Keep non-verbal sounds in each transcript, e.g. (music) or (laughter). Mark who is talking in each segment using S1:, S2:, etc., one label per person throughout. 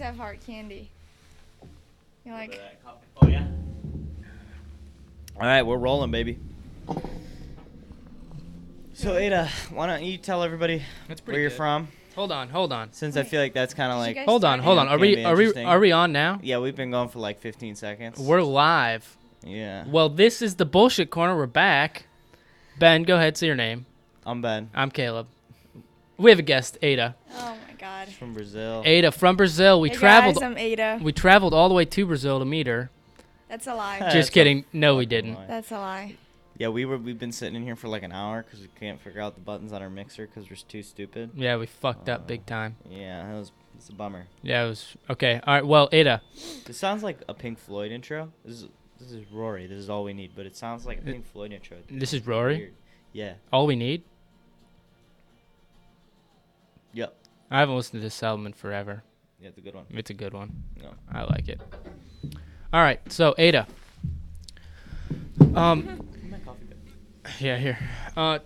S1: have hard candy. You're like,
S2: Oh yeah. All right, we're rolling, baby. So Ada, why don't you tell everybody
S3: That's pretty
S2: where you're
S3: good.
S2: from?
S3: Hold on, hold on.
S2: Since I
S1: Wait.
S2: feel like that's kind of
S1: Did you
S2: like
S1: guys-
S3: Hold on, hold on. Are we
S2: Gonna be
S3: are we
S2: interesting.
S3: are we on now?
S2: yeah, we've been going for like 15 seconds.
S3: We're live.
S2: yeah.
S3: Well, this is the bullshit corner. We're back. Ben, go ahead, say your name.
S2: I'm Ben
S3: I'm Caleb. We have a guest, Ada.
S1: oh my god.
S2: from Brazil.
S3: Ada from Brazil. We
S1: Hey
S3: traveled
S1: Guys, I'm Ada.
S3: we traveled all the way to Brazil to meet her.
S1: That's a lie.
S2: Hey.
S3: Just
S2: That's a
S3: kidding. No, we didn't.
S2: Lie.
S1: That's a lie.
S2: Yeah, we were we've been sitting in here for like an hour because we can't figure out the buttons on our mixer because we're too stupid.
S3: Yeah, we fucked
S2: Uh.
S3: up big time.
S2: Yeah, that was it's a bummer.
S3: Yeah, it was okay. All right. Well, Ada,
S2: This sounds like a Pink Floyd intro. This is this is Rory. This is all we need, but it sounds like a Pink Floyd intro.
S3: this is Rory.
S2: Weird. Yeah.
S3: All we need.
S2: Yep.
S3: I haven't listened to this album in forever.
S2: Yeah, the good one.
S3: It's a good one.
S2: No.
S3: I like it. All right, so Ada. Um,
S2: My coffee bit.
S3: yeah, here. Uh,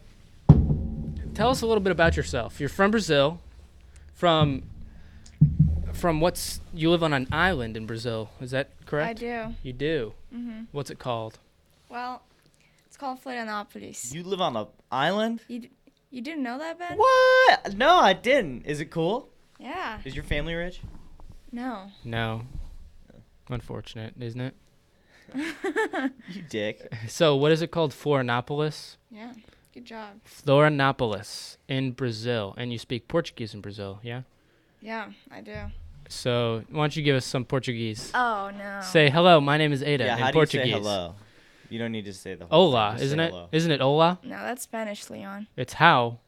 S3: tell us a little bit about yourself. You're from Brazil, from from what's you live on an island in Brazil. Is that correct?
S1: I do.
S3: You do.
S1: hmm
S3: What's it called?
S1: Well, it's called Florianopolis. You,
S2: You live on a island?
S1: d- you didn't know that, Ben?
S2: What? No, I didn't. Is it cool?
S1: Yeah.
S2: Is your family rich?
S3: (laughs)
S1: No.
S3: No. Unfortunate, isn't it?
S2: You
S3: (laughs)
S2: dick.
S3: So, what is it called? Florianopolis.
S1: yeah. Good job.
S3: Florianopolis in Brazil, and you speak Portuguese in Brazil, yeah.
S1: Yeah, I do.
S3: So, why don't you give us some Portuguese?
S1: Oh no.
S3: Say hello. My name is Ada
S2: yeah,
S3: in
S2: how
S3: Portuguese.
S2: do you say hello? You don't need to say the whole thing,
S3: Hola,
S2: just say
S3: isn't it?
S2: hello.
S3: not it hola?
S1: no, that's Spanish, Leon.
S3: It's how.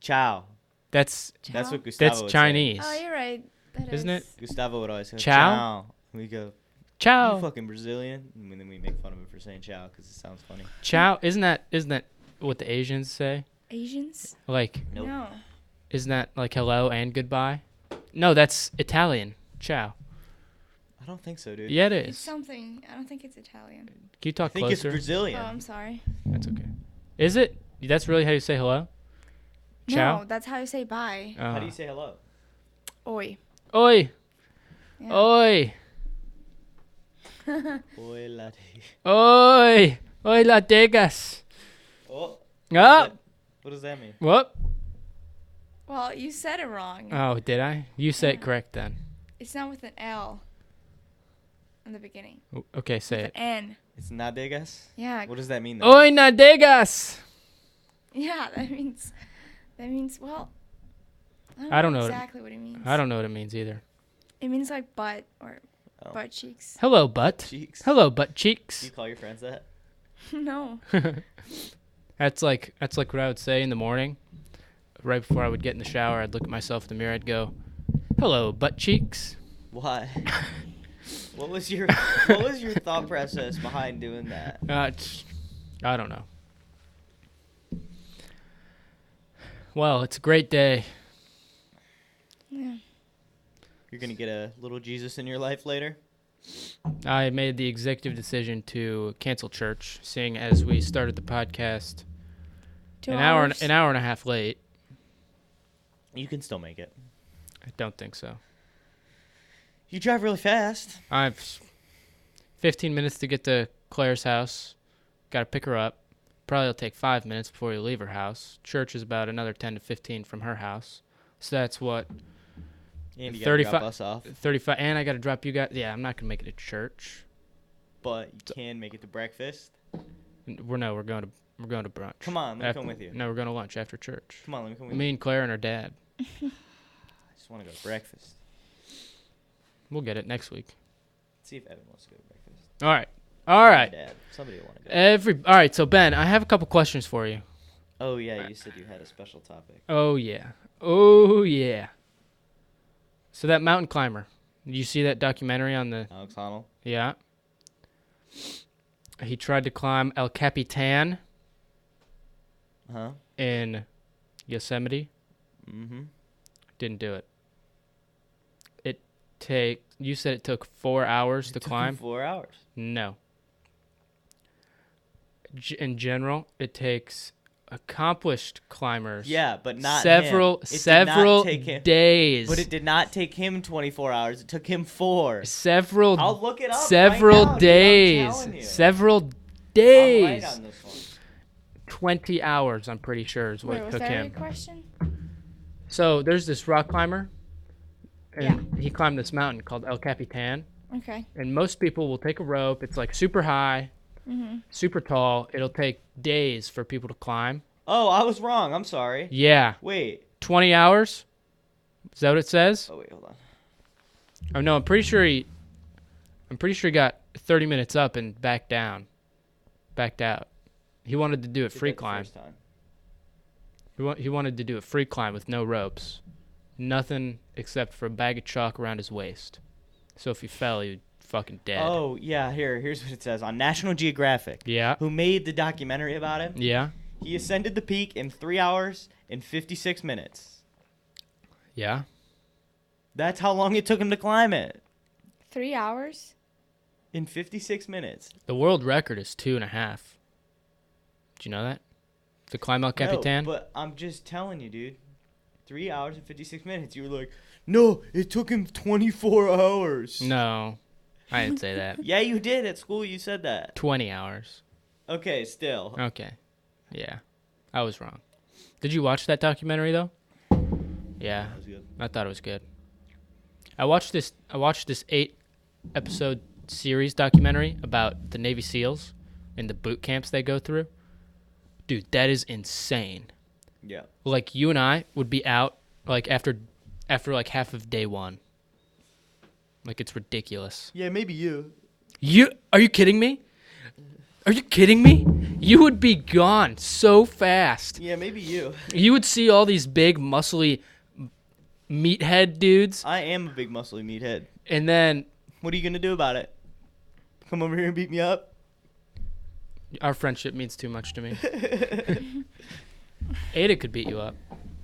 S2: Ciao.
S3: That's
S2: That's
S1: Ciao.
S2: what Gustavo
S3: that's
S2: would say.
S3: Chinese.
S1: Oh, you're right. That
S3: Isn't
S1: is-
S2: Gustavo would always say
S3: Ciao?
S2: ciao. We go, you
S3: Ciao.
S2: fucking Brazilian. And then we make fun of him for saying ciao because it sounds funny.
S3: Ciao. Isn't that isn't that what the Asians say?
S1: Asians?
S3: Like
S2: Nope.
S1: No.
S3: isn't that like hello and goodbye? No, that's Italian. Ciao.
S2: I don't think so, dude.
S3: Yeah, it
S1: It's
S3: is. Can
S1: something. I don't think it's Italian.
S3: you
S2: I
S3: talk
S2: think
S3: closer?
S2: it's Brazilian.
S1: Oh, I'm sorry.
S3: that's okay. Is it? That's really how you say hello? Ciao. Oh.
S1: No, that's how you say bye.
S2: How
S3: Uh,
S2: do you say hello?
S1: Oi.
S3: Uh-huh. Oi.
S1: Yeah.
S3: Oi. Oh.
S1: (laughs)
S2: Oi, latte.
S3: Oi. Oi la degas.
S2: Oh,
S3: Ah.
S2: what does that mean?
S3: What?
S1: Well, you said it wrong.
S3: Oh, did I? You said it
S1: Yeah.
S3: correct then.
S1: It's not with an L in the beginning.
S3: O- Okay, say
S1: With
S3: it.
S1: an N.
S2: It's nadegas?
S1: Yeah.
S2: What does that mean, though?
S3: Oi nadegas.
S1: (laughs) Yeah, that means that means well
S3: I don't know what it-
S1: exactly what it means.
S3: I don't know what it means either.
S1: It means like butt or
S2: Oh.
S1: butt cheeks. (laughs)
S3: Hello, butt.
S2: Cheeks.
S3: Hello, butt
S2: Do you
S3: cheeks. (laughs)
S2: call your friends that?
S1: no.
S3: that's like that's like what I would say in the morning, right before I would get in the shower. I'd look at myself in the mirror. I'd go, "Hello, butt cheeks."
S2: (laughs) Why? what was your What was your thought process behind doing that?
S3: Uh, it's, I don't know. Well, it's a great day.
S1: Yeah.
S2: You're gonna get a little Jesus in your life later.
S3: I made the executive decision to cancel church, seeing as we started the podcast
S1: Two
S3: an hour and,
S1: hours.
S3: an hour and a half late.
S2: You can still make it.
S3: I don't think so.
S2: You drive really fast.
S3: I've s- 15 minutes to get to Claire's house. Got to pick her up. Probably will take five minutes before you leave her house. Church is about another 10 to 15 from her house. So that's what
S2: And you gotta
S3: 35
S2: drop us off,
S3: 35. And I got to drop you guys. Yeah, I'm not gonna make it to church.
S2: but you can make it to breakfast.
S3: N- We're no, we're going to we're going to brunch.
S2: Come on, let me
S3: After-
S2: come with you.
S3: No, we're going to lunch after church.
S2: Come on, let me come with you.
S3: Me and Claire and her dad.
S2: I just want to go to breakfast.
S3: We'll get it next week.
S2: see if Evan wants to go to breakfast.
S3: All right. All
S2: Or
S3: right. Eh.
S2: Dad, somebody want to go.
S3: Every all right. So Ben, I have a couple questions for you.
S2: oh yeah, you said you had a special topic.
S3: Oh yeah. Oh yeah. So that mountain climber. You see that documentary on the
S2: Alex Honnold.
S3: yeah. He tried to climb El Capitan
S2: Huh?
S3: in Yosemite.
S2: Mm-hmm.
S3: Didn't do it. It take you said it took four hours to climb.
S2: Four hours.
S3: No. G- in general, it takes accomplished climbers.
S2: Yeah, but not him.
S3: several
S2: It did not
S3: several
S2: take him-
S3: days.
S2: But it did not take him 24 hours. It took him four.
S3: several
S2: I'll look it up. right
S3: several
S2: now, dude, I'm
S3: days.
S2: telling you.
S3: Several
S2: I'm
S3: days.
S2: right on this one.
S3: 20 hours, I'm pretty sure, is what
S1: Wait,
S3: it
S1: was
S3: took
S1: that
S3: him.
S1: a question?
S3: So there's this rock climber, and he climbed this mountain called El Capitan.
S1: Okay.
S3: And most people will take a rope. It's like super high,
S1: Mm-hmm.
S3: super tall. It'll take days for people to climb.
S2: Oh, I was wrong. I'm sorry.
S3: Yeah,
S2: Wait.
S3: 20 hours. Is that what it says?
S2: Oh wait, hold on.
S3: Oh no, I'm pretty sure he, I'm pretty sure he got 30 minutes up and backed down, backed out. He wanted to do a
S2: Did
S3: free
S2: that the
S3: climb.
S2: first time.
S3: He, wa- he wanted to do a free climb with no ropes, nothing except for a bag of chalk around his waist. So if he fell, he'd fucking dead.
S2: Oh yeah, here here's what it says on National Geographic.
S3: Yeah.
S2: Who made the documentary about him?
S3: Yeah.
S2: He ascended the peak in three hours and 56 minutes.
S3: Yeah.
S2: That's how long it took him to climb it.
S1: Three hours?
S2: In 56 minutes.
S3: The world record is two and a half. Do you know that? To climb El
S2: No,
S3: Capitan?
S2: but I'm just telling you, dude. Three hours and 56 minutes. You were like, no, it took him 24 hours.
S3: no. I didn't say
S2: (laughs)
S3: that.
S2: Yeah, you did. At school, you said that.
S3: 20 hours.
S2: Okay, still.
S3: Okay. Yeah. I was wrong. Did you watch that documentary though? Yeah.
S2: That was good.
S3: I thought it was good. I watched this I watched this 8 episode series documentary about the Navy SEALs and the boot camps they go through. Dude, that is insane.
S2: Yeah.
S3: Like you and I would be out like after after like half of day 1. Like it's ridiculous.
S2: Yeah, maybe you.
S3: You are you kidding me? Are you kidding me? You would be gone so fast.
S2: Yeah, maybe you.
S3: You would see all these big, muscly m- meathead dudes,
S2: I am a big muscly meathead.
S3: and then
S2: What are you going to do about it? Come over here and beat me up?
S3: (laughs) our friendship means too much to me. Ada could beat you up.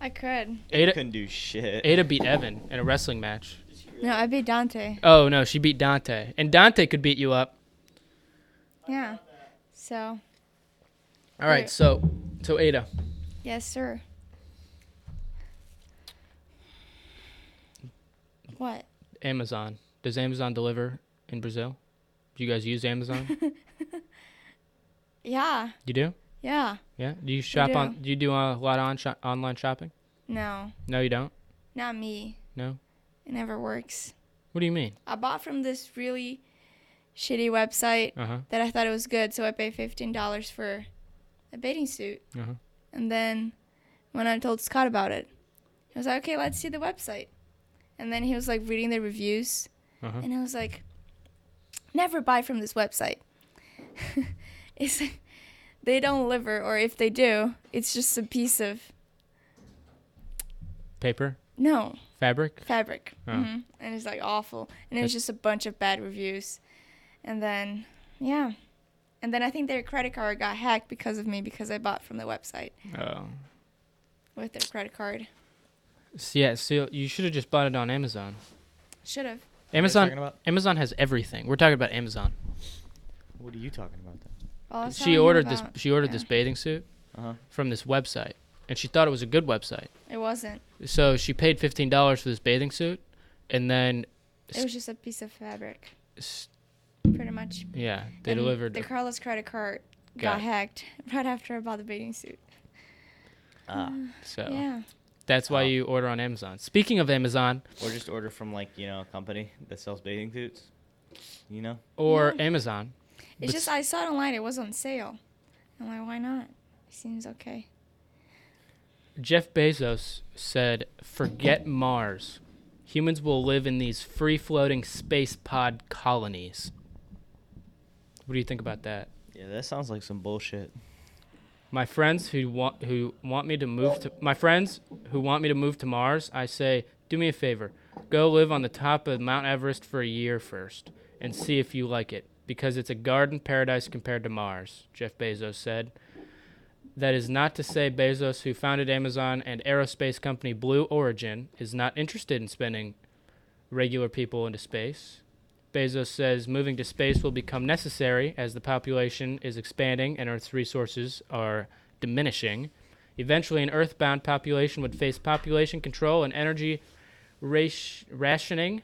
S1: I could.
S3: Ada,
S2: Couldn't do shit.
S3: Ada beat Evan in a wrestling match.
S1: No, I'd be Dante.
S3: Oh no, she beat Dante, and Dante could beat you up.
S1: Yeah. So,
S3: All right,
S1: Wait.
S3: so so Ada,
S1: yes, sir. What?
S3: Amazon. Does Amazon deliver in Brazil? Do you guys
S1: (laughs)
S3: use Amazon?
S1: Yeah.
S3: you do?
S1: Yeah.
S3: Yeah. Do you shop
S1: do.
S3: on? Do you do a lot on sho- online shopping?
S1: No,
S3: No, you don't.
S1: not me.
S3: No.
S1: It never works.
S3: What do you mean?
S1: I bought from this really shitty website
S3: Uh huh.
S1: that I thought it was good, so I paid fifteen dollars for a bathing suit.
S3: Uh-huh.
S1: And then when I told Scott about it, he was like, "Okay, let's see the website." And then he was like reading the reviews,
S3: Uh-huh.
S1: and I was like, "Never buy from this website. (laughs) it's (laughs) they don't deliver, or if they do, it's just a piece of
S3: Paper,
S1: no
S3: fabric.
S1: fabric,
S3: Oh.
S1: hmm and it's like awful, and it was just a bunch of bad reviews, and then yeah." And then I think their credit card got hacked because of me because I bought from the website
S3: Oh.
S1: with their credit card.
S3: So, yeah. So you should have just bought it on Amazon.
S1: Should have.
S2: talking
S3: Amazon.
S2: about?
S3: Amazon has everything. We're talking about Amazon.
S2: What are you talking about then?
S1: Well, I was telling
S3: She
S1: you
S3: ordered this.
S1: about-
S3: She ordered
S1: yeah.
S3: this bathing suit
S2: Uh-huh.
S3: from this website, and she thought it was a good website.
S1: It wasn't.
S3: So she paid fifteen dollars for this bathing suit, and then
S1: It was just a piece of fabric,
S3: s-
S1: pretty much.
S3: yeah, they
S1: And
S3: delivered.
S1: The
S3: a-
S1: Carlos credit card
S3: Got
S1: got,
S3: it.
S1: hacked (laughs) right after I bought the bathing suit.
S2: Ah.
S3: so
S1: Yeah.
S3: that's why
S2: Oh.
S3: you order on Amazon. Speaking of Amazon
S2: Or just order from like, you know, a company that sells bathing suits. You know?
S3: or Amazon,
S1: It's
S3: But
S1: just
S3: s-
S1: I saw it online. It was on sale. I'm like, why not? It seems okay.
S3: Jeff Bezos said, "Forget Mars. Humans will live in these free-floating space pod colonies." What do you think about that?
S2: Yeah, that sounds like some bullshit.
S3: My friends who want who want me to move to my friends who want me to move to Mars, I say, do me a favor, go live on the top of Mount Everest for a year first and see if you like it, because it's a garden paradise compared to Mars. Jeff Bezos said. That is not to say Bezos, who founded Amazon and aerospace company Blue Origin, is not interested in spending regular people into space. Bezos says moving to space will become necessary as the population is expanding and Earth's resources are diminishing. Eventually, an earthbound population would face population control and energy ration- rationing.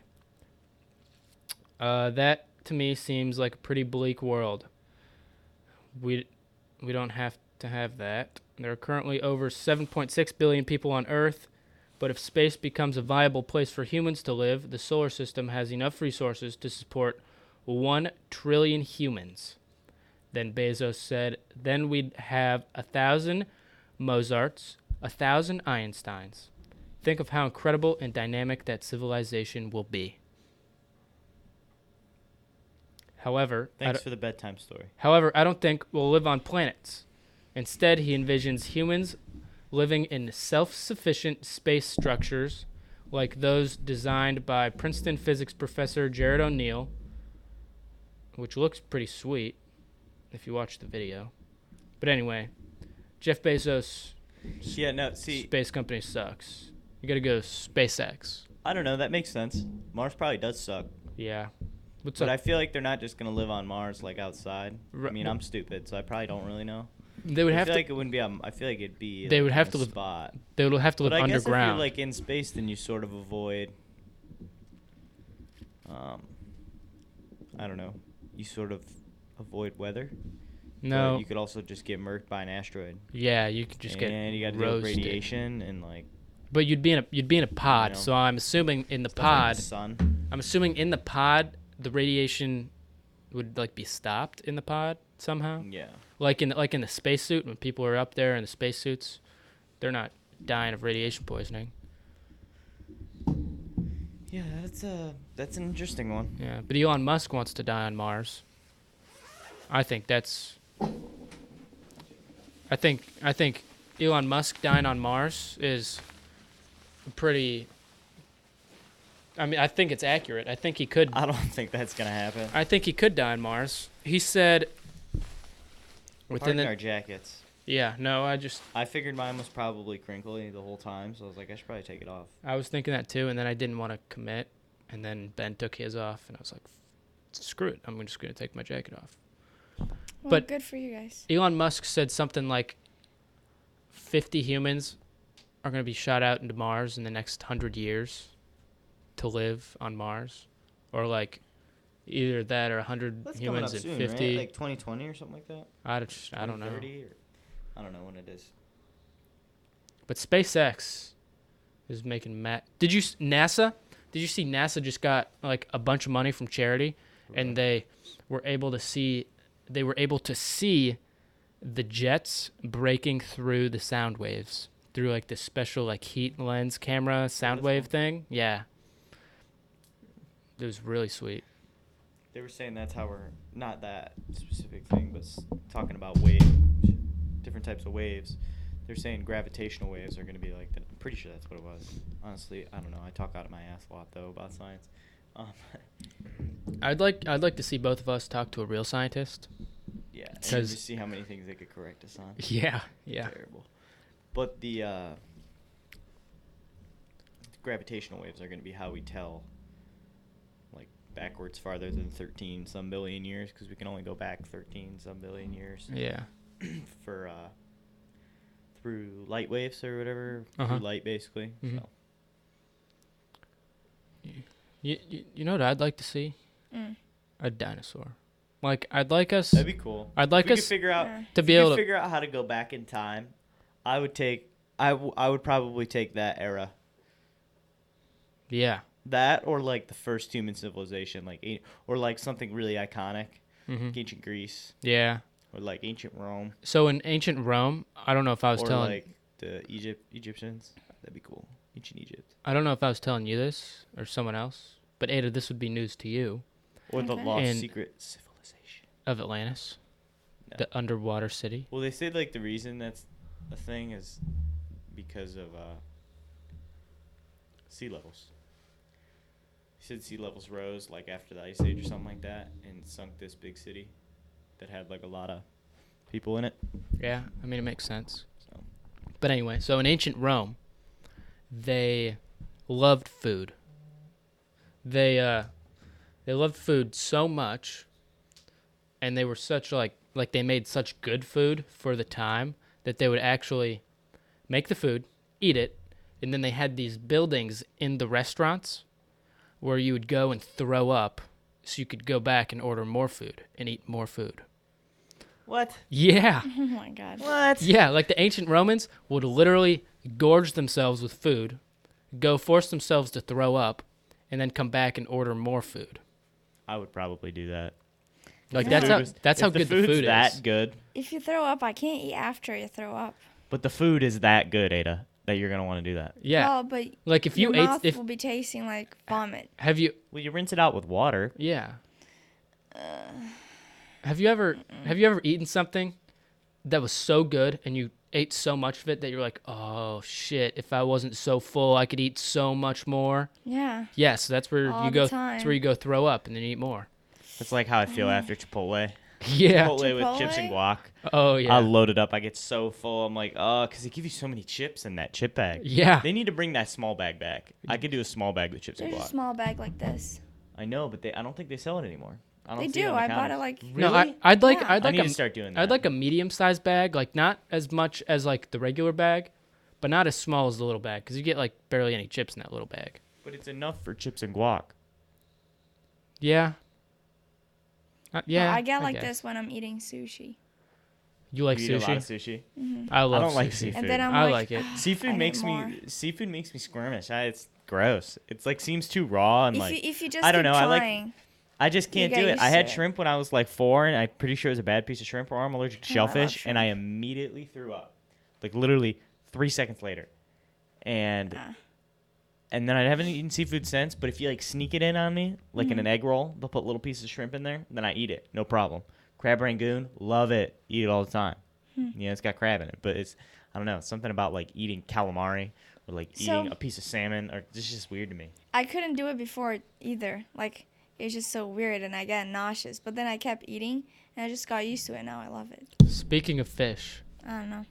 S3: Uh, that to me seems like a pretty bleak world. We we don't have to have that. There are currently over 7.6 billion people on Earth, but if space becomes a viable place for humans to live, the solar system has enough resources to support 1 trillion humans. Then Bezos said, then we'd have a thousand Mozarts, a thousand Einsteins. Think of how incredible and dynamic that civilization will be. However, I
S2: Thanks
S3: don't-
S2: for the bedtime story.
S3: However, I don't think we'll live on planets. Instead, he envisions humans living in self sufficient space structures like those designed by Princeton physics professor Jared O'Neill, which looks pretty sweet if you watch the video. But anyway, Jeff Bezos'
S2: Yeah, no, see,
S3: space company sucks. You gotta go SpaceX.
S2: I don't know. That makes sense. Mars probably does suck,
S3: Yeah. What's
S2: but I
S3: up?
S2: feel like they're not just gonna live on Mars like outside.
S3: Ri-
S2: I mean, I'm stupid, so I probably don't really know.
S3: they would
S2: I
S3: have
S2: feel
S3: to.
S2: like it wouldn't be. On, I feel like it'd be.
S3: They would
S2: like,
S3: have
S2: on
S3: to
S2: a
S3: live
S2: spot.
S3: they would have to live
S2: but I guess if
S3: underground.
S2: you're like in space, then you sort of avoid. Um, I don't know. You sort of avoid weather. but
S3: no.
S2: You could also just get murked by an asteroid.
S3: yeah, you could just
S2: and
S3: get
S2: you gotta deal with
S3: roasted.
S2: radiation and like
S3: But you'd be in a you'd be in a pod,
S2: know.
S3: so I'm assuming in the
S2: stuff like
S3: pod,
S2: the sun.
S3: I'm assuming in the pod the radiation would like be stopped in the pod somehow.
S2: Yeah.
S3: Like in like in the spacesuit when people are up there in the spacesuits, they're not dying of radiation poisoning.
S2: Yeah, that's uh that's an interesting one.
S3: Yeah, but Elon Musk wants to die on Mars. I think that's I think I think Elon Musk dying on Mars is pretty I mean, I think it's accurate. I think he could
S2: I don't (laughs) think that's gonna happen.
S3: I think he could die on Mars. He said within
S2: Pardon
S3: the
S2: our jackets.
S3: Yeah, no, I just
S2: I figured mine was probably crinkly the whole time, so I was like, I should probably take it off.
S3: I was thinking that too and then I didn't want to commit and then Ben took his off and I was like screw it. I'm just going to take my jacket off.
S1: Well,
S3: But-
S1: good for you guys.
S3: Elon Musk said something like 50 humans are going to be shot out into Mars in the next 100 years to live on Mars or like either that or 100
S2: That's coming up
S3: humans and
S2: soon,
S3: 50
S2: right? Like 2020 or something like that.
S3: I, don't, I don't know
S2: 2030 Or, I don't know when it is.
S3: but SpaceX is making Matt Did you s- NASA did you see NASA just got like a bunch of money from charity and they were able to see they were able to see the jets breaking through the sound waves through like this special like heat lens camera sound
S2: that's
S3: wave
S2: cool.
S3: thing yeah it was really sweet
S2: They were saying that's how we're not that specific thing, but s- talking about wave, different types of waves. They're saying gravitational waves are going to be like that. I'm pretty sure that's what it was. Honestly, I don't know. I talk out of my ass a lot though about science. Um, (laughs)
S3: i'd like i'd like to see both of us talk to a
S2: (laughs)
S3: real scientist
S2: yeah, and you
S3: 'Cause-
S2: just see how many things they could correct us on.
S3: (laughs) yeah yeah
S2: Terrible. But the uh, gravitational waves are going to be how we tell, like backwards farther than 13 some billion years, because we can only go back 13 some billion years.
S3: yeah
S2: (clears throat) for uh, through light waves or whatever
S3: Uh-huh.
S2: through light basically.
S3: Mhm.
S2: So
S3: you, you, you know what i'd like to see
S1: Mm.
S3: a dinosaur like i'd like us
S2: that'd be cool.
S3: I'd like
S2: if we could
S3: us
S2: figure out
S1: Yeah. (laughs)
S3: to
S2: if
S3: be
S2: we could
S3: able to
S2: figure out how to go back in time. I would take I, w- I would probably take that era.
S3: yeah
S2: That or like the first human civilization, like a- or like something really iconic,
S3: hmm
S2: like ancient Greece
S3: yeah
S2: or like ancient Rome
S3: so in ancient rome i don't know if i was
S2: or
S3: telling
S2: like the Egypt Egyptians. That'd be cool. Ancient Egypt
S3: I don't know if I was telling you this or someone else, but Ada, this would be news to you
S2: or the
S1: Okay.
S2: lost
S3: And-
S2: secret civilization.
S3: of Atlantis,
S2: No.
S3: the underwater city.
S2: Well, they said like the reason that's a thing is because of uh, sea levels. They said sea levels rose like after the ice age or something like that, and sunk this big city that had like a lot of people in it.
S3: Yeah, I mean it makes sense.
S2: So
S3: But anyway, so in ancient Rome, they loved food. They uh they loved food so much and they were such like like they made such good food for the time that they would actually make the food, eat it, and then they had these buildings in the restaurants where you would go and throw up so you could go back and order more food and eat more food.
S2: What?
S3: Yeah.
S1: Oh my god.
S2: What?
S3: (laughs) Yeah, like the ancient Romans would literally gorge themselves with food, go force themselves to throw up, and then come back and order more food.
S2: I would probably do that.
S3: Like
S1: Yeah.
S3: that's
S2: Food
S3: how
S2: was-
S3: that's
S2: if
S3: how good the
S2: food's
S3: food
S2: that
S3: is.
S2: good,
S1: If you throw up, I can't eat after you throw up.
S2: but the food is that good, Ada, that you're gonna want to do that.
S3: Yeah.
S1: Oh, but
S3: like if you
S1: your
S3: ate
S1: mouth
S3: if
S1: will be tasting like vomit.
S3: have you
S2: Well, you rinse it out with water.
S3: yeah.
S1: Uh.
S3: Have you ever have you ever eaten something that was so good and you ate so much of it that you're like, "Oh shit, if I wasn't so full, I could eat so much more."
S1: Yeah.
S3: Yes, that's where
S1: All
S3: you
S1: the
S3: go
S1: time.
S3: that's where you go throw up and then you eat more. (laughs)
S2: That's like how I feel after
S1: Mm.
S2: Chipotle.
S3: Yeah.
S2: Chipotle, with chips and guac.
S3: Oh yeah.
S2: I load it up. I get so full. I'm like, oh, because they give you so many chips in that chip bag.
S3: yeah.
S2: They need to bring that small bag back. I could do a small bag with chips and
S1: There's a
S2: guac.
S1: small bag like this.
S2: I know, but they, I don't think they sell it anymore. I don't
S1: They
S2: see it
S1: do.
S2: on the
S1: I bought it
S2: counters.
S1: like.
S3: No, I, I'd like
S1: Yeah.
S3: I'd
S2: I
S3: like
S2: need
S3: a,
S2: to start doing that.
S3: I'd like a medium sized bag, like not as much as like the regular bag, but not as small as the little bag because you get like barely any chips in that little bag.
S2: but it's enough for chips and guac.
S3: Yeah. Uh, yeah.
S1: No, I get like
S3: guess.
S1: this when I'm eating sushi.
S3: You like
S2: you eat a lot of
S3: sushi?
S2: sushi.
S3: I love.
S2: I don't like
S3: sushi.
S2: seafood.
S1: And then I'm
S3: I
S1: like,
S3: like it.
S1: "Ugh, I
S2: (sighs) seafood
S1: need
S2: makes
S1: more."
S2: me seafood makes me squirmish. I, it's gross. It's like seems too raw and
S1: If
S2: like
S1: you if you just
S2: I don't
S1: keep
S2: know. I like
S1: trying,
S2: I just can't
S1: get
S2: do it.
S1: used
S2: I had
S1: to it.
S2: shrimp when I was like four, and I'm pretty sure it was a bad piece of shrimp, or I'm allergic to
S1: Oh, I love
S2: shellfish, and I immediately threw up, like literally three seconds later, and
S1: Ah.
S2: and then I haven't eaten seafood since. But if you like sneak it in on me, like
S1: Mm-hmm.
S2: in an egg roll, they'll put little pieces of shrimp in there, then I eat it, no problem. Crab rangoon, love it, eat it all the time.
S1: Hmm.
S2: Yeah, it's got crab in it, but it's I don't know something about like eating calamari or like
S1: So-
S2: eating a piece of salmon, or it's just weird to me.
S1: I couldn't do it before either. Like it was just so weird, and I got nauseous. But then I kept eating, and I just got used to it. Now I love it.
S3: Speaking of fish,
S1: I don't know.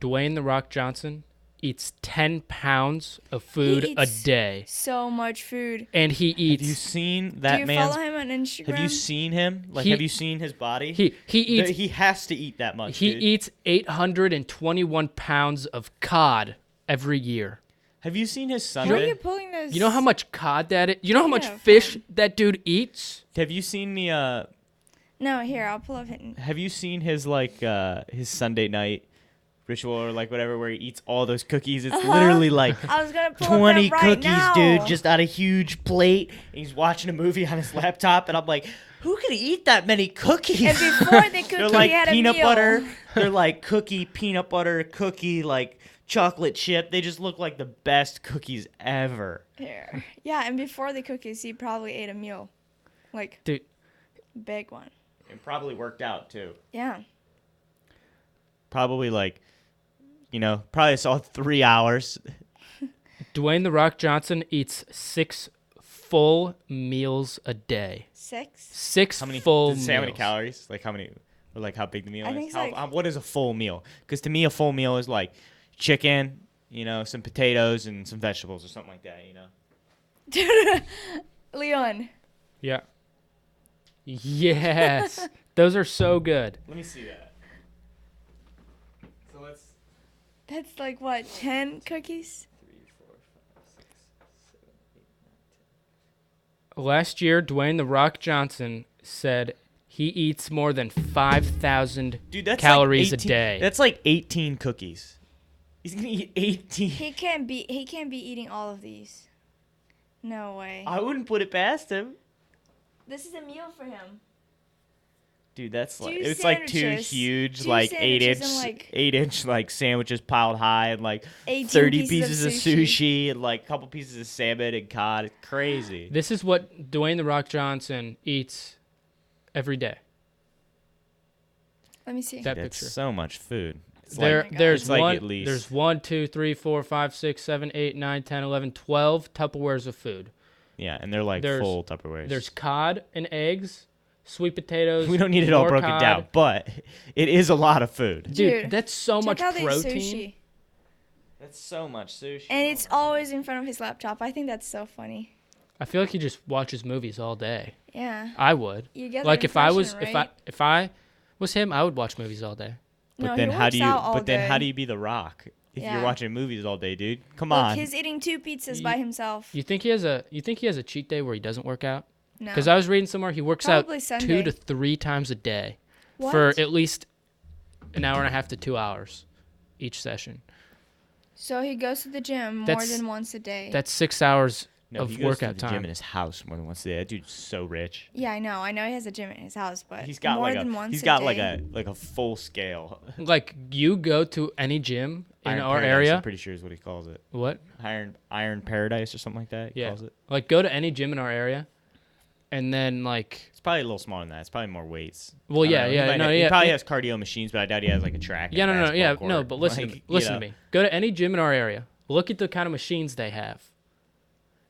S3: Dwayne the Rock Johnson eats ten pounds of food a
S1: eats-
S3: day,
S1: So much food.
S3: and he
S2: Have you
S3: eats.
S2: seen
S1: Do
S2: that
S1: you
S2: man's
S1: follow him on Instagram?
S2: Have you seen him? Like,
S3: He-
S2: have you seen his body?
S3: He he
S2: Th-
S3: eats.
S2: he has to eat that much.
S3: He
S2: dude.
S3: eats 821 pounds of cod every year.
S2: Have you seen his
S1: Where are
S2: Sunday?
S1: you pulling those?
S3: You know how much cod that is? You know how much
S1: Yeah.
S3: fish that dude eats?
S2: Have you seen the? Uh,
S1: No, here I'll pull up. Hidden.
S2: have you seen his like uh, his Sunday night ritual or like whatever where he eats all those cookies? It's
S1: (laughs)
S2: literally like
S1: I was gonna Uh-huh. pull up
S2: twenty
S1: that right
S2: cookies,
S1: now.
S2: dude, just on a huge plate. And he's watching a movie on his laptop, and I'm like, who could eat that many cookies?
S1: and
S3: (laughs)
S1: before the
S2: They're
S1: cookie,
S2: like
S1: he had
S2: peanut
S1: a meal. (laughs)
S2: butter. They're like cookie, peanut butter, cookie, like chocolate chip. They just look like the best cookies ever.
S1: Here. Yeah, and before the cookies, he probably ate a meal, like
S3: Dude,
S1: big one.
S2: And probably worked out too.
S1: Yeah.
S2: Probably like, you know, probably saw three hours.
S3: Dwayne The Rock Johnson eats six full meals a day.
S1: Six. (laughs)
S3: Six
S2: How many?
S3: full
S2: does it say how many
S3: meals.
S2: calories? Like how many? Or like how big the meal
S1: I
S2: is?
S1: think it's
S2: How-
S1: like-
S2: how- what is a full meal? Because to me, a full meal is like chicken, you know, some potatoes and some vegetables or something like that. You know.
S1: Dude, Leon.
S3: Yeah. (laughs) Yes. Those are so good.
S2: Let me see that. So let's.
S1: That's like what, 10 cookies?
S3: Last year, Dwayne The Rock Johnson said he eats more than 5,000
S2: Dude, that's like
S3: calories
S2: 18
S3: a day.
S2: That's like 18 cookies. He's gonna eat 18.
S1: He can't be he can't be eating all of these. No way.
S2: I wouldn't put it past him.
S1: This is a meal for him.
S2: Dude, that's like
S1: Two
S2: it's like two
S1: sandwiches.
S2: huge,
S1: Two
S2: like eight inch,
S1: sandwiches and, like-
S2: eight inch like sandwiches piled high, and like
S1: 18
S2: thirty
S1: pieces
S2: pieces,
S1: of
S2: of, sushi. and like a couple pieces of salmon and cod. It's crazy.
S3: This is what Dwayne the Rock Johnson eats every day.
S1: Let me see.
S3: That
S2: That's
S3: picture.
S2: so much food. It's
S3: there,
S1: my God.
S3: there's
S2: It's like
S3: one,
S2: at least-
S3: there's one, two, three, four, five, six, seven, eight, nine, ten, eleven, twelve Tupperwares of food.
S2: yeah, and they're like
S3: there's-
S2: full Tupperwares.
S3: There's cod and eggs, sweet potatoes.
S2: (laughs) we don't need it all
S3: more
S2: broken
S3: cod.
S2: down, but it is a lot of food.
S3: dude.
S1: Dude,
S3: that's so much
S1: Check out these
S3: protein.
S1: sushi.
S2: That's so much sushi.
S1: And it's always in front of his laptop. I think that's so funny.
S3: I feel like he just watches movies all day.
S1: Yeah.
S3: I would.
S1: You get that
S3: like if I was,
S1: impression,
S3: if I,
S1: right?
S3: if I was him, I would watch movies all day.
S2: But
S1: No,
S2: then
S1: he
S2: how
S1: works
S2: do you?
S1: out all
S2: But then how
S1: day.
S2: do you be the Rock? if
S1: Yeah.
S2: you're watching movies all day, dude. Come
S1: Look,
S2: on.
S1: he's eating two pizzas
S3: You-
S1: by himself.
S3: You think he has a you think he has a cheat day where he doesn't work out?
S1: no.
S3: Because I was reading somewhere he works
S1: Probably
S3: out
S1: Sunday.
S3: two to three times a day
S1: What?
S3: for at least an hour and a half to two hours each session.
S1: so he goes to the gym more
S3: That's-
S1: than once a day.
S3: That's six hours
S2: no,
S3: of
S2: he goes
S3: workout
S2: to the gym
S3: time.
S2: in his house more than once a day. That dude's so rich.
S1: yeah, I know. I know he has a gym in his house, but
S2: He's got
S1: uh, more
S2: like
S1: than
S2: a
S1: once
S2: he's
S1: a
S2: got like
S1: day.
S2: a like a full scale
S3: Like you go to any gym in
S2: Iron
S3: our
S2: Paradise,
S3: area.
S2: I'm pretty sure is what he calls it.
S3: what?
S2: Iron Iron Paradise or something like that. He
S3: Yeah.
S2: calls it.
S3: Like go to any gym in our area, and then like
S2: It's probably a little smaller than that. It's probably more weights. I
S3: Well,
S2: don't
S3: yeah,
S2: know. He
S3: yeah,
S2: might
S3: no,
S2: ha-
S3: yeah,
S2: He probably
S3: yeah.
S2: has cardio machines, but I doubt he has like a track. and
S3: yeah no no
S2: basketball
S3: yeah
S2: court.
S3: no. But listen
S2: Like,
S3: to me,
S2: you
S3: listen
S2: know.
S3: to me. Go to any gym in our area. Look at the kind of machines they have.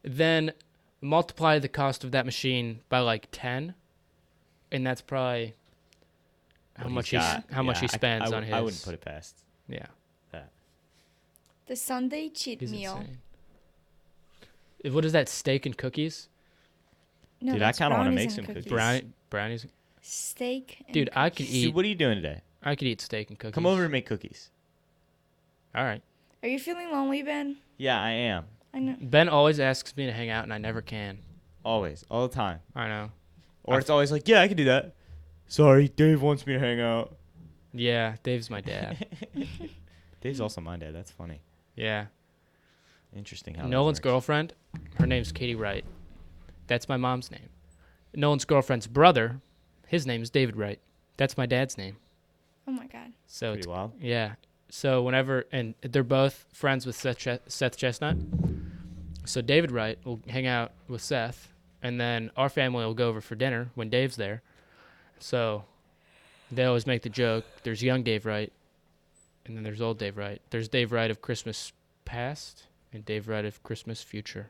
S3: Then multiply the cost of that machine by like ten, and that's probably how
S2: What
S3: much
S2: he's
S3: he's,
S2: got.
S3: how much
S2: Yeah,
S3: he
S2: I- I
S3: spends
S2: w-
S3: on his.
S2: I wouldn't put it past
S3: Yeah,
S2: that.
S1: the Sunday cheat
S3: he's
S1: meal.
S3: insane. If- What is that? Steak and cookies,
S1: No,
S2: Dude, I
S1: that's
S2: kinda wanna
S1: brownies
S2: make
S1: and
S2: some cookies.
S3: brownie, brownies.
S1: Steak. and
S3: Dude, I could
S1: cookies.
S2: Dude,
S3: eat.
S2: what are you doing today?
S3: I could eat steak and cookies.
S2: Come over and make cookies.
S3: All right.
S1: Are you feeling lonely, Ben?
S2: Yeah, I am.
S1: I know.
S3: Ben always asks me to hang out, and I never can.
S2: Always, all the time.
S3: I know.
S2: Or
S3: I-
S2: it's always like, yeah, I can do that. Sorry, Dave wants me to hang out.
S3: Yeah, Dave's my dad.
S2: (laughs) Dave's also my dad. That's funny.
S3: yeah.
S2: Interesting how that
S3: Nolan's
S2: works.
S3: girlfriend, her name's Katie Wright. That's my mom's name. Nolan's girlfriend's brother, his name is David Wright. That's my dad's name.
S1: Oh my God.
S3: So
S2: Pretty
S3: it's,
S2: wild.
S3: yeah. So whenever and they're both friends with Seth, Ches- Seth Chestnut. So David Wright will hang out with Seth, and then our family will go over for dinner when Dave's there. So they always make the joke: there's young Dave Wright, and then there's old Dave Wright. There's Dave Wright of Christmas past and Dave Wright of Christmas future.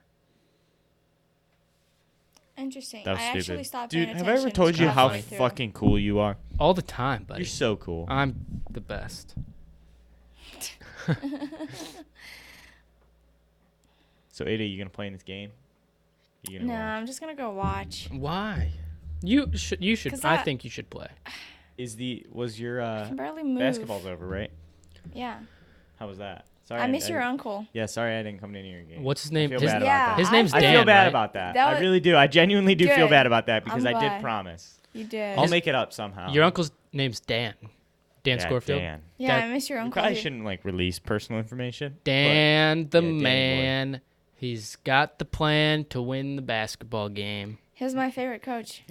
S1: Interesting.
S2: That was
S1: I
S2: stupid.
S1: actually stopped
S2: Dude,
S1: paying
S2: have I ever
S1: attention
S2: told you
S1: until
S2: how
S1: halfway through.
S2: fucking cool you are?
S3: All the time, buddy.
S2: You're so cool.
S3: I'm the best.
S2: so, Ada, you gonna play in this game? You
S1: No,
S2: gonna watch?
S1: I'm just gonna go watch.
S3: Why? You should. You should.
S1: 'Cause
S3: I
S1: I-
S3: think you should play.
S2: Is the was your
S1: I
S2: uh,
S1: can barely move.
S2: basketball's over, right?
S1: Yeah.
S2: How was that? Sorry,
S1: I miss your
S2: didn't-
S1: uncle.
S2: Yeah, sorry I didn't come to any of your games.
S3: What's his name?
S2: feel
S3: His,
S2: bad about
S1: yeah.
S2: that.
S3: His name's
S2: I
S3: Dan.
S2: feel bad
S3: right?
S2: about that.
S1: That
S2: I
S1: was-
S2: really do. I genuinely do feel
S1: Good.
S2: bad about that because
S1: I'm
S2: I did
S1: glad.
S2: promise.
S1: You did.
S2: I'll make it up somehow.
S3: Your uncle's name's Dan. Dan
S2: Yeah,
S3: Scorefield.
S2: Dan.
S1: yeah,
S3: that-
S1: I miss your
S2: We
S1: uncle.
S2: probably
S1: too.
S2: shouldn't like release personal information. but
S3: Dan the
S2: Yeah, Dan boy.
S3: man. He's got the plan to win the basketball game.
S1: He was my favorite coach.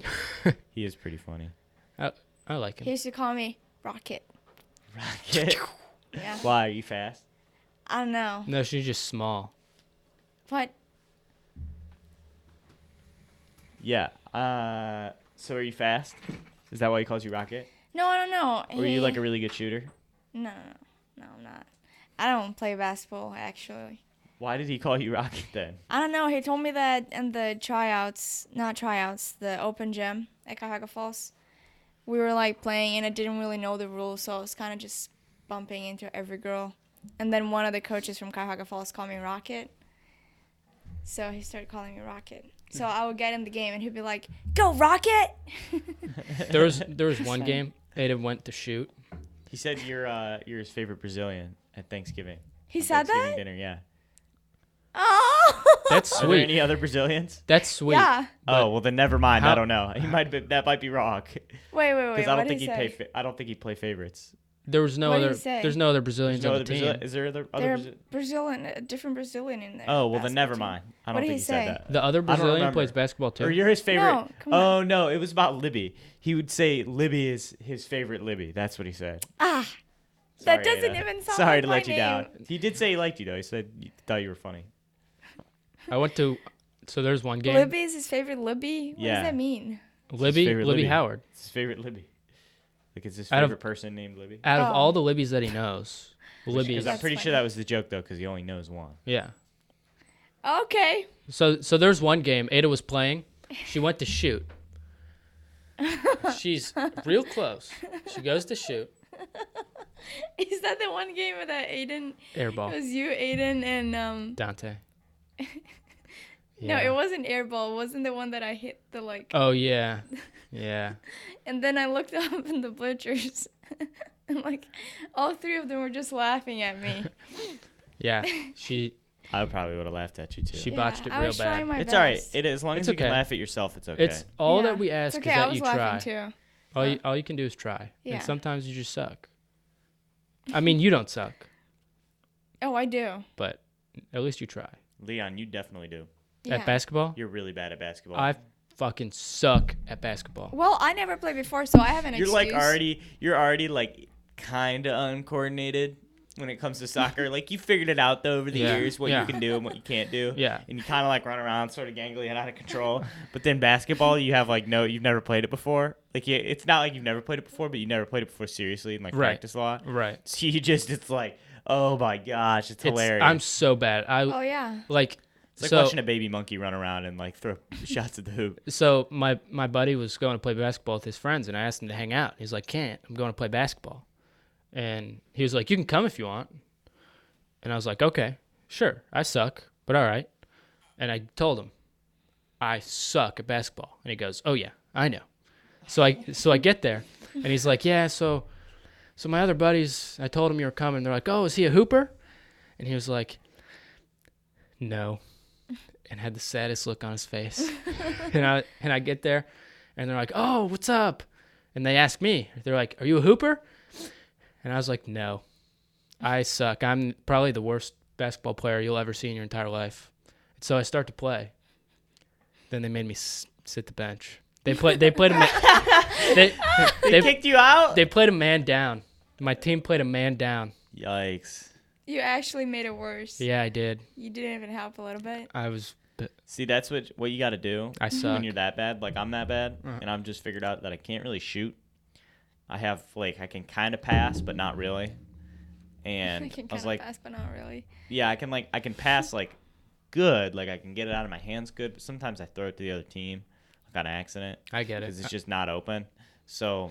S2: He is pretty funny. (laughs)
S3: I, I like
S1: He
S3: him.
S1: used to call me Rocket. Yeah.
S2: Why are you fast?
S1: I don't know.
S3: No, she's just small.
S1: What?
S2: Yeah. Uh, so are you fast? Is that why he calls you Rocket?
S1: No, I don't know.
S2: Or are you like a
S1: He-
S2: really good shooter?
S1: No, no, no, no, I'm not. I don't play basketball actually.
S2: Why did he call you Rocket then?
S1: I don't know. He told me that in the tryouts, not tryouts, the open gym at Cuyahoga Falls, we were like playing and I didn't really know the rules, so I was kind of just bumping into every girl. And then one of the coaches from Cuyahoga Falls called me Rocket. So he started calling me Rocket. So
S2: Hmm.
S1: I would get in the game and he'd be like, "Go Rocket!"
S3: There was
S1: (laughs)
S3: there was one
S1: Funny.
S3: game Ada went to shoot.
S2: He said you're uh, you're his favorite Brazilian at Thanksgiving.
S1: He
S2: at
S1: said
S2: Thanksgiving
S1: that.
S2: Dinner, yeah.
S1: (laughs) Oh.
S3: That's
S2: Are there
S3: sweet.
S2: any other Brazilians?
S3: That's sweet.
S1: Yeah.
S2: oh well, then never mind.
S3: How-
S2: I don't know. He might be, that might be wrong
S1: Wait, wait, wait.
S2: because I
S1: what
S2: don't think
S1: he
S2: he'd
S1: say?
S2: pay. Fa- I don't think he'd play favorites.
S3: There was no
S1: What did
S3: other.
S1: he say?
S3: There's no other Brazilians
S2: no
S3: on
S2: other
S3: the team.
S2: Brazilian. Is there other other?
S1: They're
S2: Brazil-
S1: Brazilian, a different Brazilian in there.
S2: oh well, then never
S1: basketball
S2: mind. I
S1: What did
S2: don't
S1: he
S2: think he said
S1: say?
S2: that.
S3: The other Brazilian
S2: remember.
S3: plays basketball too.
S2: Or you're his favorite.
S1: No, come
S2: oh
S1: on.
S2: no, it was about Libby. He would say Libby is his favorite Libby. That's what he said.
S1: team. Ah,
S2: Sorry,
S1: That doesn't
S2: Ada.
S1: even sound like
S2: Sorry to
S1: my
S2: let you down.
S1: name.
S2: He did say he liked you though. He said he thought you were funny.
S3: I went to. So there's one game.
S1: Libby is his favorite Libby. What
S2: Yeah.
S1: does that mean?
S3: Libby,
S2: favorite
S3: Libby,
S2: Libby.
S3: Howard.
S2: It's his favorite Libby. Like it's his
S3: Out of-
S2: favorite person named Libby.
S3: Out of
S1: Oh.
S3: all the Libbies that he knows, Libby
S2: Because
S3: is
S2: I'm
S1: That's
S2: pretty sure
S1: funny.
S2: that was the joke though, because he only knows one.
S3: yeah.
S1: Okay. (laughs)
S3: So so there's one game Ada was playing. She went to shoot. She's real close. She goes to shoot.
S1: Is that the one game
S2: Oh.
S1: that Aiden? It (laughs)
S3: Airball.
S1: was you, Aiden, and um.
S3: Dante.
S1: No, it wasn't airball. It wasn't the one that I hit the like.
S3: Oh yeah, yeah.
S1: And then I looked (laughs) up in the bleachers, (laughs) and like, all three of them were just laughing at
S2: (laughs)
S1: me.
S3: Yeah, she
S4: I probably would have laughed at you too.
S3: She botched it
S1: I
S3: real
S1: was
S3: bad.
S1: trying my
S2: it's all right.
S1: best.
S2: It is as long
S3: It's
S2: as you
S3: okay.
S2: can laugh at yourself, it's okay.
S3: it's all
S1: Yeah.
S3: that we ask
S1: It's okay.
S3: is
S1: I
S3: that
S1: was
S3: you try.
S1: laughing too.
S3: All you all you can do is try.
S1: Yeah.
S3: And sometimes you just suck. I mean, you don't suck,
S1: Oh, I do.
S3: but at least you try.
S2: Leon, you definitely do.
S1: Yeah.
S3: At basketball,
S2: You're really bad at basketball.
S3: I fucking suck at basketball.
S1: Well, I never played before, so I have an
S2: you're
S1: excuse.
S2: like already you're already like kind of uncoordinated when it comes to soccer. like you figured it out though over the
S3: Yeah.
S2: years what
S3: Yeah.
S2: you can do and what you can't do.
S3: Yeah.
S2: And you kind of like run around sort of gangly and out of
S3: (laughs)
S2: control. but then basketball, you have like no you've never played it before. Like you, it's not like you've never played it before, but you never played it before seriously and like
S3: Right.
S2: practice a lot.
S3: Right.
S2: So you just it's like, "Oh my gosh, it's,
S3: It's-
S2: hilarious."
S3: I'm so bad. I
S1: Oh yeah.
S3: like
S2: it's like
S3: so
S2: watching a baby monkey run around and like throw (laughs) shots at the hoop.
S3: so my my buddy was going to play basketball with his friends and I asked him to hang out. He's like, "Can't. I'm going to play basketball." And he was like, "You can come if you want." And I was like, "Okay. Sure. I suck, but all right." And I told him, "I suck at basketball." And he goes, "Oh yeah, I know." So I so I get there and he's like, "Yeah, so so my other buddies, I told him you were coming. They're like, "Oh, is he a hooper?" And he was like, "No." And had the saddest look on his face. and I and I get there, and they're like, "Oh, what's up?" And they ask me, they're like, "Are you a hooper?" And I was like, "No, I suck. I'm probably the worst basketball player you'll ever see in your entire life." And so I start to play. Then they made me s- sit the bench. They played. They played a man. They,
S2: They,
S3: they,
S2: kicked you out?
S3: they played a man down. My team played a man down.
S2: Yikes.
S1: You actually made it worse.
S3: Yeah, I did.
S1: You didn't even help a little bit. (laughs)
S3: I was.
S2: See, that's what what you got to do.
S3: I suck.
S2: when you're that bad, like I'm that bad,
S3: Uh-huh.
S2: and I've just figured out that I can't really shoot. I have like I can kind of pass, but not really.
S1: I (laughs) can
S2: And I
S1: kind
S2: was
S1: of
S2: like,
S1: pass, but not really.
S2: yeah, I can like I can pass like good, like I can get it out of my hands good, but sometimes I throw it to the other team like on accident
S3: I get
S2: because
S3: it. Uh,
S2: it's just not open. So,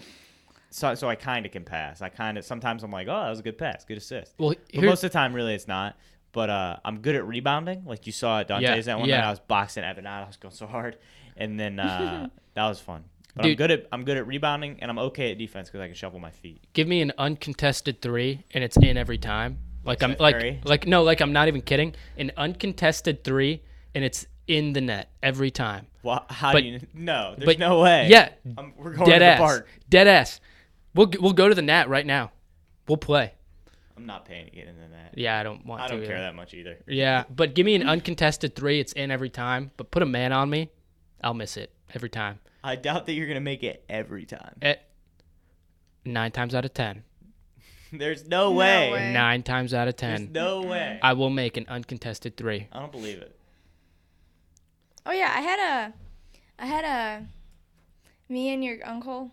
S2: so so I kind of can pass. I kind of sometimes I'm like, oh, that was a good pass, good assist.
S3: Well,
S2: But
S3: here-
S2: most of the time, really, it's not. But uh, I'm good at rebounding. Like you saw at Dante's
S3: Yeah,
S2: that one
S3: yeah.
S2: night, I was boxing Evan out. I was going so hard, and then
S3: (laughs)
S2: uh, that was fun. But I'm
S3: Dude.
S2: good at I'm good at rebounding, and I'm okay at defense because I can shovel my feet.
S3: give me an uncontested three and it's in every time. Like I'm
S2: Steph
S3: like
S2: Curry?
S3: like no, like I'm not even kidding. An uncontested three and it's in the net every time.
S2: Well, how
S3: But-
S2: do you? No, there's
S3: but-
S2: no way.
S3: yeah.
S2: I'm, we're going
S3: Dead
S2: to the
S3: ass.
S2: park.
S3: Dead ass. We'll g- we'll go to the net right now. We'll play.
S2: I'm not paying to get into that.
S3: Yeah, I don't want
S2: I
S3: to.
S2: don't care
S3: either.
S2: that much either.
S3: Yeah, but give me an uncontested three. It's in every time. But put a man on me, I'll miss it every time.
S2: I doubt that you're gonna make it every
S3: (laughs)
S2: time.
S3: Eh, nine times out of ten.
S2: There's no way.
S1: way.
S3: Nine times out of
S2: There's
S3: ten,
S2: no way.
S3: I will make an uncontested three.
S2: I don't believe it.
S1: Oh yeah, I had a, I had a, me and your uncle,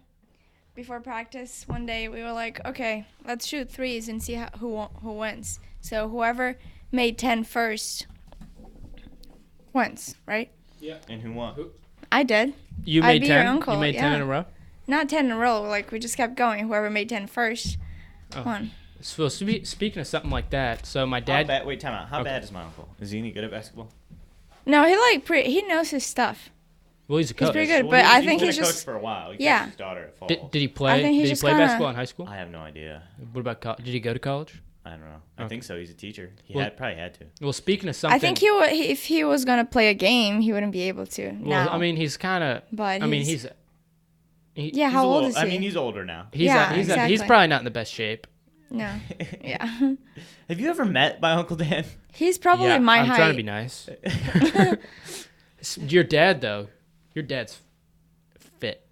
S1: before practice one day we were like, okay, let's shoot threes and see how, who wa- who wins. So whoever made 10 first wins, right?
S2: And who won?
S1: I did.
S3: You
S1: I'd
S3: made
S1: be your
S3: ten.
S1: uncle,
S3: you made ten
S1: yeah.
S3: in a row.
S1: Not 10 in a row. Like we just kept going. Whoever made 10 first
S3: Oh.
S1: won.
S3: So spe- speaking of something like that, so my
S2: How
S3: dad,
S2: bad, wait, time out. How
S3: Okay.
S2: bad is my uncle? Is he any good at basketball?
S1: No, he like pre- he knows his stuff.
S3: well, he's a coach.
S1: pretty good.
S2: Well,
S1: but
S2: he's-
S1: I
S2: he's
S1: think
S2: been
S1: he's
S2: a coach
S1: just-
S2: for a while. He coached
S1: yeah.
S2: His daughter at
S3: Did,
S2: Falls.
S3: did he play?
S1: think he
S3: Did he
S1: just
S3: play
S1: kinda-
S3: basketball in high school?
S2: I have no idea.
S3: What about college? Did he go to college?
S2: I don't know. I
S3: Okay.
S2: think so. He's a teacher. He
S3: Well-
S2: had probably had to.
S3: Well, speaking of something,
S1: I think he would if he was gonna play a game, he wouldn't be able to
S3: Well,
S1: now.
S3: I mean, he's kind of.
S1: But
S3: I mean,
S1: he's-
S3: he's. He,
S1: yeah,
S2: He's
S1: how
S2: a
S1: old
S2: little-
S1: is he?
S2: I mean, he's older now.
S3: He's
S1: Yeah,
S3: not, he's, not- he's
S1: exactly.
S3: probably not in the best shape. (laughs)
S1: no, yeah. (laughs)
S2: Have you ever met my uncle Dan? (laughs)
S1: He's probably
S3: yeah,
S1: my
S3: I'm
S1: height.
S3: trying to
S1: (laughs)
S3: be nice. S- your dad though, your dad's fit.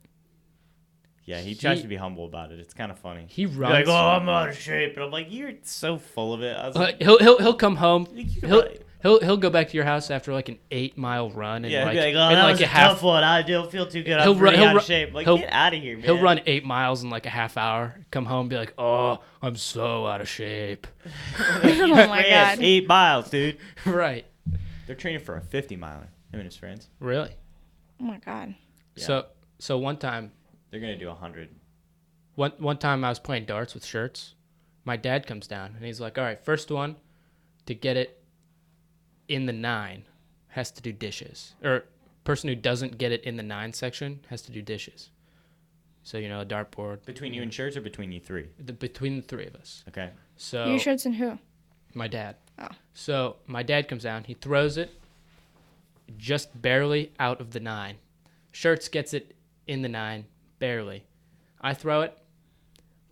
S2: yeah, he tries
S3: He-
S2: to be humble about it. It's kind of funny.
S3: He
S2: He's
S3: runs.
S2: like, oh, I'm out of shape. And I'm like, you're so full of it. I was
S3: Uh,
S2: like,
S3: he'll he'll he'll come home.
S2: Like, you're
S3: He'll
S2: right.
S3: he'll he'll go back to your house after like an eight mile run and
S2: yeah,
S3: like,
S2: he'd be like, oh,
S3: and
S2: that
S3: like
S2: was
S3: a
S2: a
S3: half.
S2: tough one. I don't feel too good.
S3: He'll
S2: I'm
S3: run-
S2: really
S3: he'll
S2: out of
S3: run-
S2: shape. Like,
S3: he'll-
S2: get out of here, man. (laughs)
S3: He'll run eight miles in like a half hour. Come home, be like, "Oh, I'm so out
S2: (laughs)
S3: of shape."
S1: (laughs) oh my
S2: Yes,
S1: god.
S2: eight miles, dude.
S3: right.
S2: They're training for a 50 miler. Him and his friends.
S3: Really.
S1: Oh my god.
S2: Yeah.
S3: So so one time,
S2: They're gonna do 100.
S3: one one time I was playing darts with shirts. My dad comes down and he's like, "All right, first one to get it in the nine has to do dishes, or person who doesn't get it in the nine section has to do dishes. So you know, a dartboard
S5: Between you and Church or between you three?
S3: the, between the three of us.
S5: Okay.
S3: So
S1: Your shirts and who?
S3: my dad.
S1: Oh.
S3: So my dad comes down. He throws it just barely out of the nine. Shirts gets it in the nine, barely. I throw it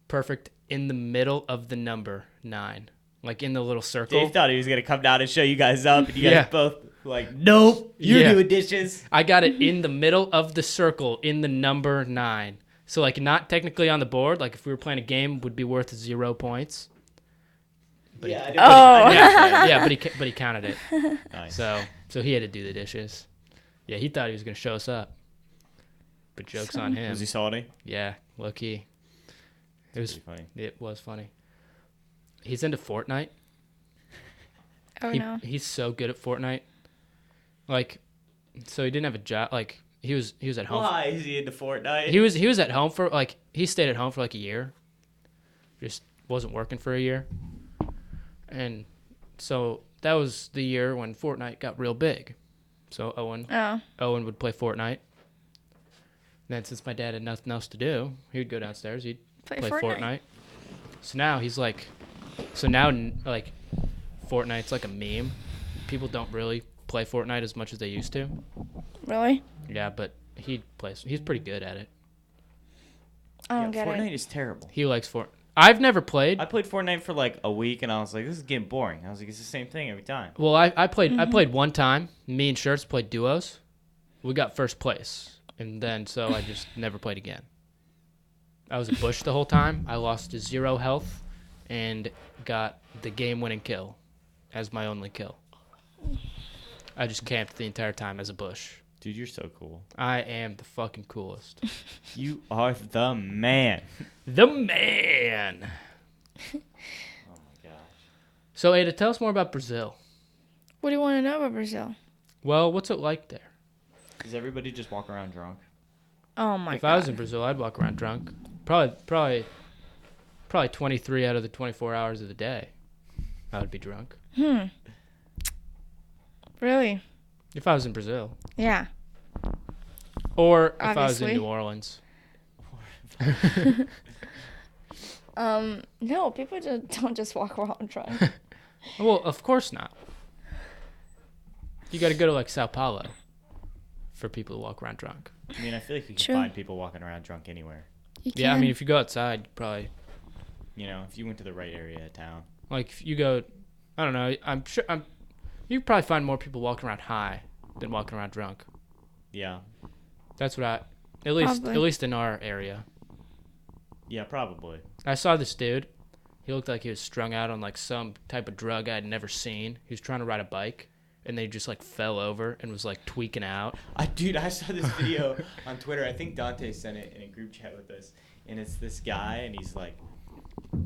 S3: perfect in the middle of the number nine, like in the little circle.
S2: Dave thought he was gonna come down and show you guys up, and you guys
S3: Yeah.
S2: both like, nope, you're
S3: Yeah.
S2: doing dishes.
S3: I got it in the middle of the circle in the number nine. So like not technically on the board. Like if we were playing a game, would be worth zero points. But
S2: Yeah, I
S3: he,
S2: didn't-
S1: Oh.
S2: I didn't-
S3: yeah, but he ca- but he counted it.
S2: (laughs) Nice.
S3: So so he had to do the dishes. Yeah, he thought he was gonna show us up. But jokes on him.
S2: Was he salty?
S3: Yeah, low key. It was
S2: Pretty funny.
S3: it was funny. He's into Fortnite.
S1: Oh
S3: he,
S1: no.
S3: He's so good at Fortnite. Like, so he didn't have a job. Like he was he was at home.
S2: Why is he into Fortnite?
S3: he was he was at home for like he stayed at home for like a year just wasn't working for a year and so that was the year when fortnite got real big so owen
S1: Oh.
S3: owen would play fortnite then since my dad had nothing else to do he would go downstairs he'd
S1: Play,
S3: play
S1: Fortnite.
S3: Fortnite. So now he's like, so now n- like, Fortnite's like a meme. People don't really play Fortnite as much as they used to.
S1: Really?
S3: Yeah, but he plays. He's pretty good at it.
S1: I don't
S5: yeah,
S1: get
S5: Fortnite
S1: it.
S5: is terrible.
S3: He likes Fort. I've never played.
S5: I played Fortnite for like a week and I was like, this is getting boring. I was like, it's the same thing every time.
S3: Well, I, I played. I played one time. Me and Shirts played duos. We got first place, and then so I just never played again. I was a bush the whole time. I lost to zero health, and got the game-winning kill, as my only kill. I just camped the entire time as a bush.
S2: Dude, you're so cool.
S3: I am the fucking coolest.
S2: You are the man.
S3: the man. Oh So Ada, tell us more about Brazil.
S1: What do you want to know about Brazil?
S3: Well, what's it like there?
S5: Does everybody just walk around drunk?
S1: Oh my
S3: if
S1: god.
S3: I was in Brazil, I'd walk around drunk. Probably, probably, probably 23 out of the 24 hours of the day, I would be drunk.
S1: really?
S3: If I was in Brazil,
S1: Yeah.
S3: or if I was in
S1: Obviously.
S3: New Orleans,
S1: Um. No, people just (laughs) don't just walk around drunk.
S3: well, of course not. You got to go to like Sao Paulo for people to walk around drunk.
S2: I mean, I feel like you can
S1: True.
S2: find people walking around drunk anywhere.
S1: You
S3: (laughs) Yeah, I
S1: can.
S3: mean, if you go outside, you probably
S2: You know, if you went to the right area of town.
S3: like if you go, I don't know. I'm sure I'm. You probably find more people walking around high than walking around drunk.
S2: Yeah.
S3: That's what I, at least
S1: Probably.
S3: at least in our area.
S2: Yeah, probably.
S3: I saw this dude. He looked like he was strung out on like some type of drug I'd never seen. He was trying to ride a bike and they just like fell over and was like tweaking out.
S2: I, dude, I saw this video (laughs) on Twitter. I think Dante sent it in a group chat with us, and it's this guy, and he's like,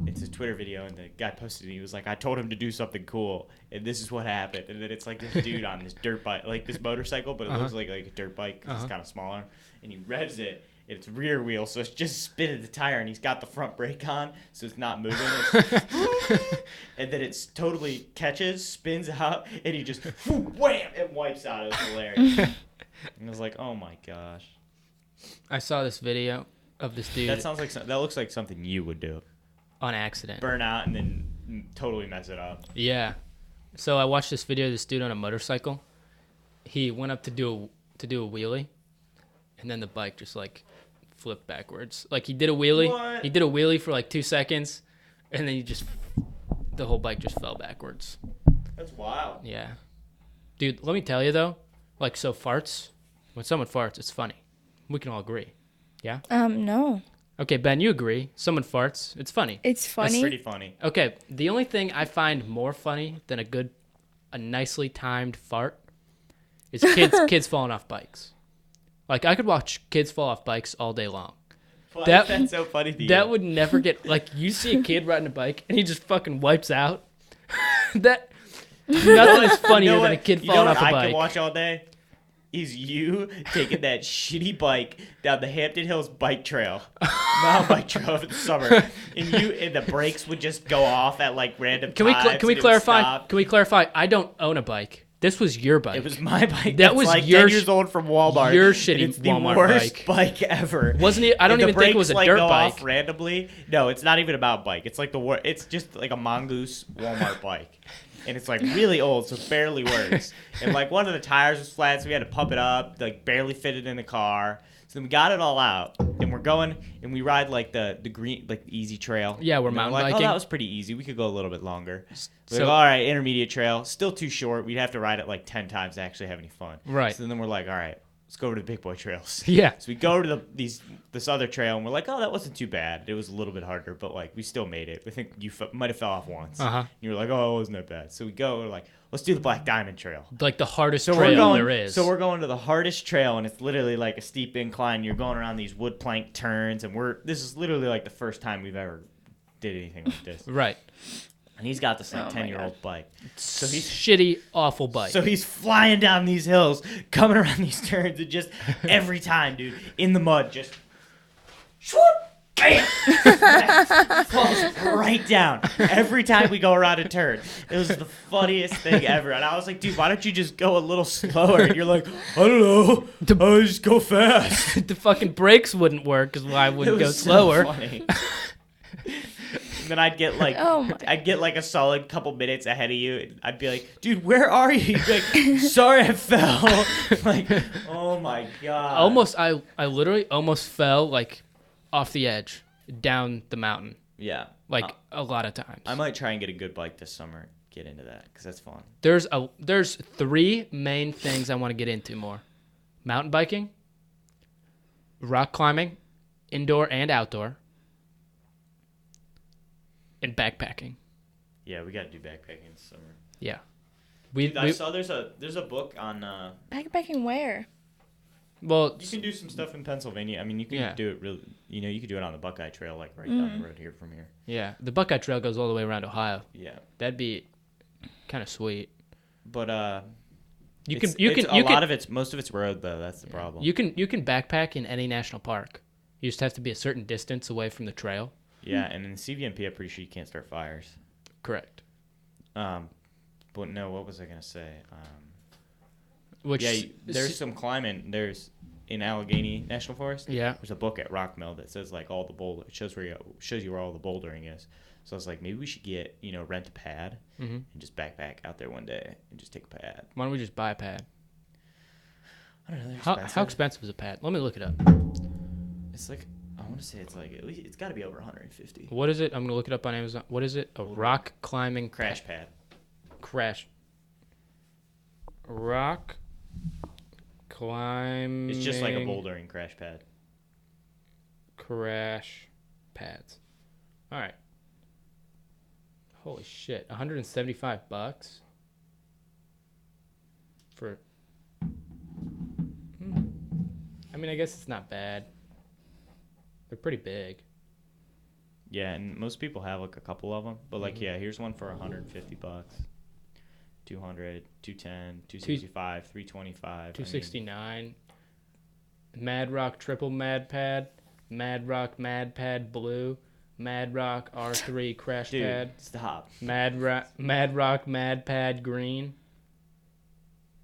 S2: it's a Twitter video, and the guy posted it. He was like, I told him to do something cool, and this is what happened. And then it's like this dude on this dirt bike, like this motorcycle, but it looks
S3: Uh-huh.
S2: like like a dirt bike 'cause
S3: Uh-huh.
S2: it's kind of smaller, and he revs it. and It's rear wheel, so it's just spinning the tire, and he's got the front brake on, so it's not moving. It's-
S3: (laughs)
S2: and then it's totally catches, spins out, and he just wham and wipes out. It was
S3: (laughs)
S2: hilarious. And I was like, oh my gosh.
S3: I saw this video of this dude
S2: That sounds like some, that looks like something you would do.
S3: on accident.
S2: Burn out and then mm, totally mess it up.
S3: Yeah. So I watched this video of this dude on a motorcycle. He went up to do a, to do a wheelie and then the bike just like flipped backwards. Like he did a wheelie.
S2: What?
S3: He did a wheelie for like 2 seconds and then he just the whole bike just fell backwards.
S2: That's wild.
S3: Yeah. Dude, let me tell you though, like so farts, when someone farts, it's funny. We can all agree.
S1: um. No,
S3: Okay, Ben, you agree. Someone farts, it's funny.
S1: it's
S2: That's
S1: funny.
S2: pretty funny.
S3: Okay, the only thing I find more funny than a good a nicely timed fart is kids kids falling off bikes. Like I could watch kids fall off bikes all day long.
S2: Why
S3: That-
S2: is that so funny to you?
S3: That would never get like you see a kid riding a bike and he just fucking wipes out. (laughs) that nothing is funnier than a kid
S2: you know
S3: falling
S2: what
S3: off a
S2: I
S3: bike.
S2: can watch all day? Is you (laughs) taking that shitty bike down the Hampton Hills bike
S3: (laughs)
S2: trail, mountain bike trail over the summer, and you and the brakes would just go off at like random
S3: Can we
S2: times
S3: cl- can we
S2: and it would
S3: clarify?
S2: stop.
S3: Can we clarify? I don't own a bike. This was your bike.
S2: It was my (laughs) bike.
S3: That
S2: That
S3: was
S2: was like
S3: your
S2: ten
S3: sh-
S2: years old from Walmart.
S3: your
S2: and
S3: shitty
S2: it's the
S3: Walmart
S2: worst (laughs)
S3: bike.
S2: ever.
S3: Wasn't it- I don't
S2: And the
S3: even think it was
S2: brakes,
S3: a
S2: like,
S3: dirt
S2: go
S3: bike.
S2: Off randomly. No, it's not even about bike. It's like the wor- It's just like a mongoose Walmart bike, and it's like really old, so it barely works. and like one of the tires was flat, so we had to pump it up. Like barely fitted in the car. So then we got it all out, and we're going, and we ride like the the green like the easy trail.
S3: Yeah, we're
S2: And
S3: mountain
S2: like,
S3: biking.
S2: Oh, that was pretty easy. We could go a little bit longer. We're
S3: so-
S2: like, all right, intermediate trail, still too short. We'd have to ride it like ten times to actually have any fun.
S3: Right.
S2: So then we're like, all right, let's go over to the big boy trails.
S3: (laughs) Yeah.
S2: So we go to the these this other trail, and we're like, oh, that wasn't too bad. It was a little bit harder, but like we still made it. We think you f- might have fell off once.
S3: Uh-huh.
S2: You were like, oh, it wasn't that bad. So we go, we're like, let's do the Black Diamond Trail.
S3: like the hardest
S2: So
S3: trail
S2: we're going.
S3: there is.
S2: So we're going to the hardest trail, and it's literally like a steep incline. You're going around these wood plank turns, and we're this is literally like the first time we've ever did anything like this.
S3: right.
S2: And he's got this
S1: Oh
S2: like
S1: my
S2: ten year old bike. So he's
S3: shitty, awful bike.
S2: so he's flying down these hills, (laughs) coming around these turns, and just every time, dude, in the mud, just swoop, bam, falls right down. Every time we go around a turn, it was the funniest thing ever. And I was like, dude, why don't you just go a little slower? And you're like, I don't know, I just go fast.
S3: (laughs) the fucking brakes wouldn't work because why
S2: (laughs)
S3: wouldn't
S2: It
S3: go
S2: was so
S3: slower? (laughs)
S2: funny. And then I'd get like,
S1: Oh my-
S2: I'd get like a solid couple minutes ahead of you. And I'd be like, dude, where are you? You'd
S1: (laughs)
S2: be like, sorry, I fell. (laughs) like, oh my god.
S3: almost, I I literally almost fell like off the edge down the mountain
S2: Yeah.
S3: like
S2: I,
S3: a lot of times.
S2: I might try and get a good bike this summer. Get into that because that's fun.
S3: there's a there's three main things I want to get into more: mountain biking, rock climbing, indoor and outdoor, and backpacking.
S2: Yeah, we gotta do backpacking this summer.
S3: Yeah, we,
S2: Dude, I
S3: we
S2: saw there's a there's a book on. Uh,
S1: (laughs) Backpacking where?
S3: well
S2: you can do some stuff in Pennsylvania. I mean, you can
S3: Yeah.
S2: do it really. You know, you could do it on the Buckeye Trail, like right down
S1: Mm.
S2: the road here from here.
S3: yeah. The Buckeye Trail goes all the way around Ohio.
S2: Yeah,
S3: That'd be kind of sweet.
S2: but uh,
S3: You
S2: it's-
S3: can you
S2: it's
S3: can you
S2: a
S3: can
S2: lot of it's most of it's road though. That's the problem.
S3: You can you can backpack in any national park. You just have to be a certain distance away from the trail.
S2: Yeah, and in CVMP, I'm pretty sure you can't start fires.
S3: Correct.
S2: Um, but no, what was I gonna say? Um,
S3: Which
S2: yeah,
S3: s-
S2: you- there's
S3: s-
S2: some climbing. There's in Allegheny National Forest.
S3: yeah.
S2: There's a book at Rock Mill that says like all the boulder it shows where you, shows you where all the bouldering is. So I was like, maybe we should get you know rent a pad
S3: hmm
S2: and just backpack out there one day and just take a pad.
S3: Why don't we just buy a pad?
S2: I don't know. they're
S3: How, how
S2: expensive.
S3: expensive is a pad? Let me look it up.
S2: It's like I want to say it's like at least, it's got to be over 150.
S3: What is it? I'm gonna look it up on Amazon. What is it? A rock climbing pa-
S2: Crash pad.
S3: crash. Rock climbing.
S2: It's just like a bouldering crash pad.
S3: Crash pads. All right. Holy shit. 175 bucks for Hmm. I mean, I guess it's not bad. They're pretty big.
S2: Yeah, and most people have like a couple of them, but like,
S3: Mm-hmm.
S2: yeah, here's one for 150 bucks, 200, 210, 265, 325, I mean,
S3: 269 Mad Rock Triple Mad Pad, Mad Rock Mad Pad Blue, Mad Rock R3 Crash
S2: dude,
S3: Pad.
S2: stop.
S3: Mad Ra- Mad Rock Mad Pad Green.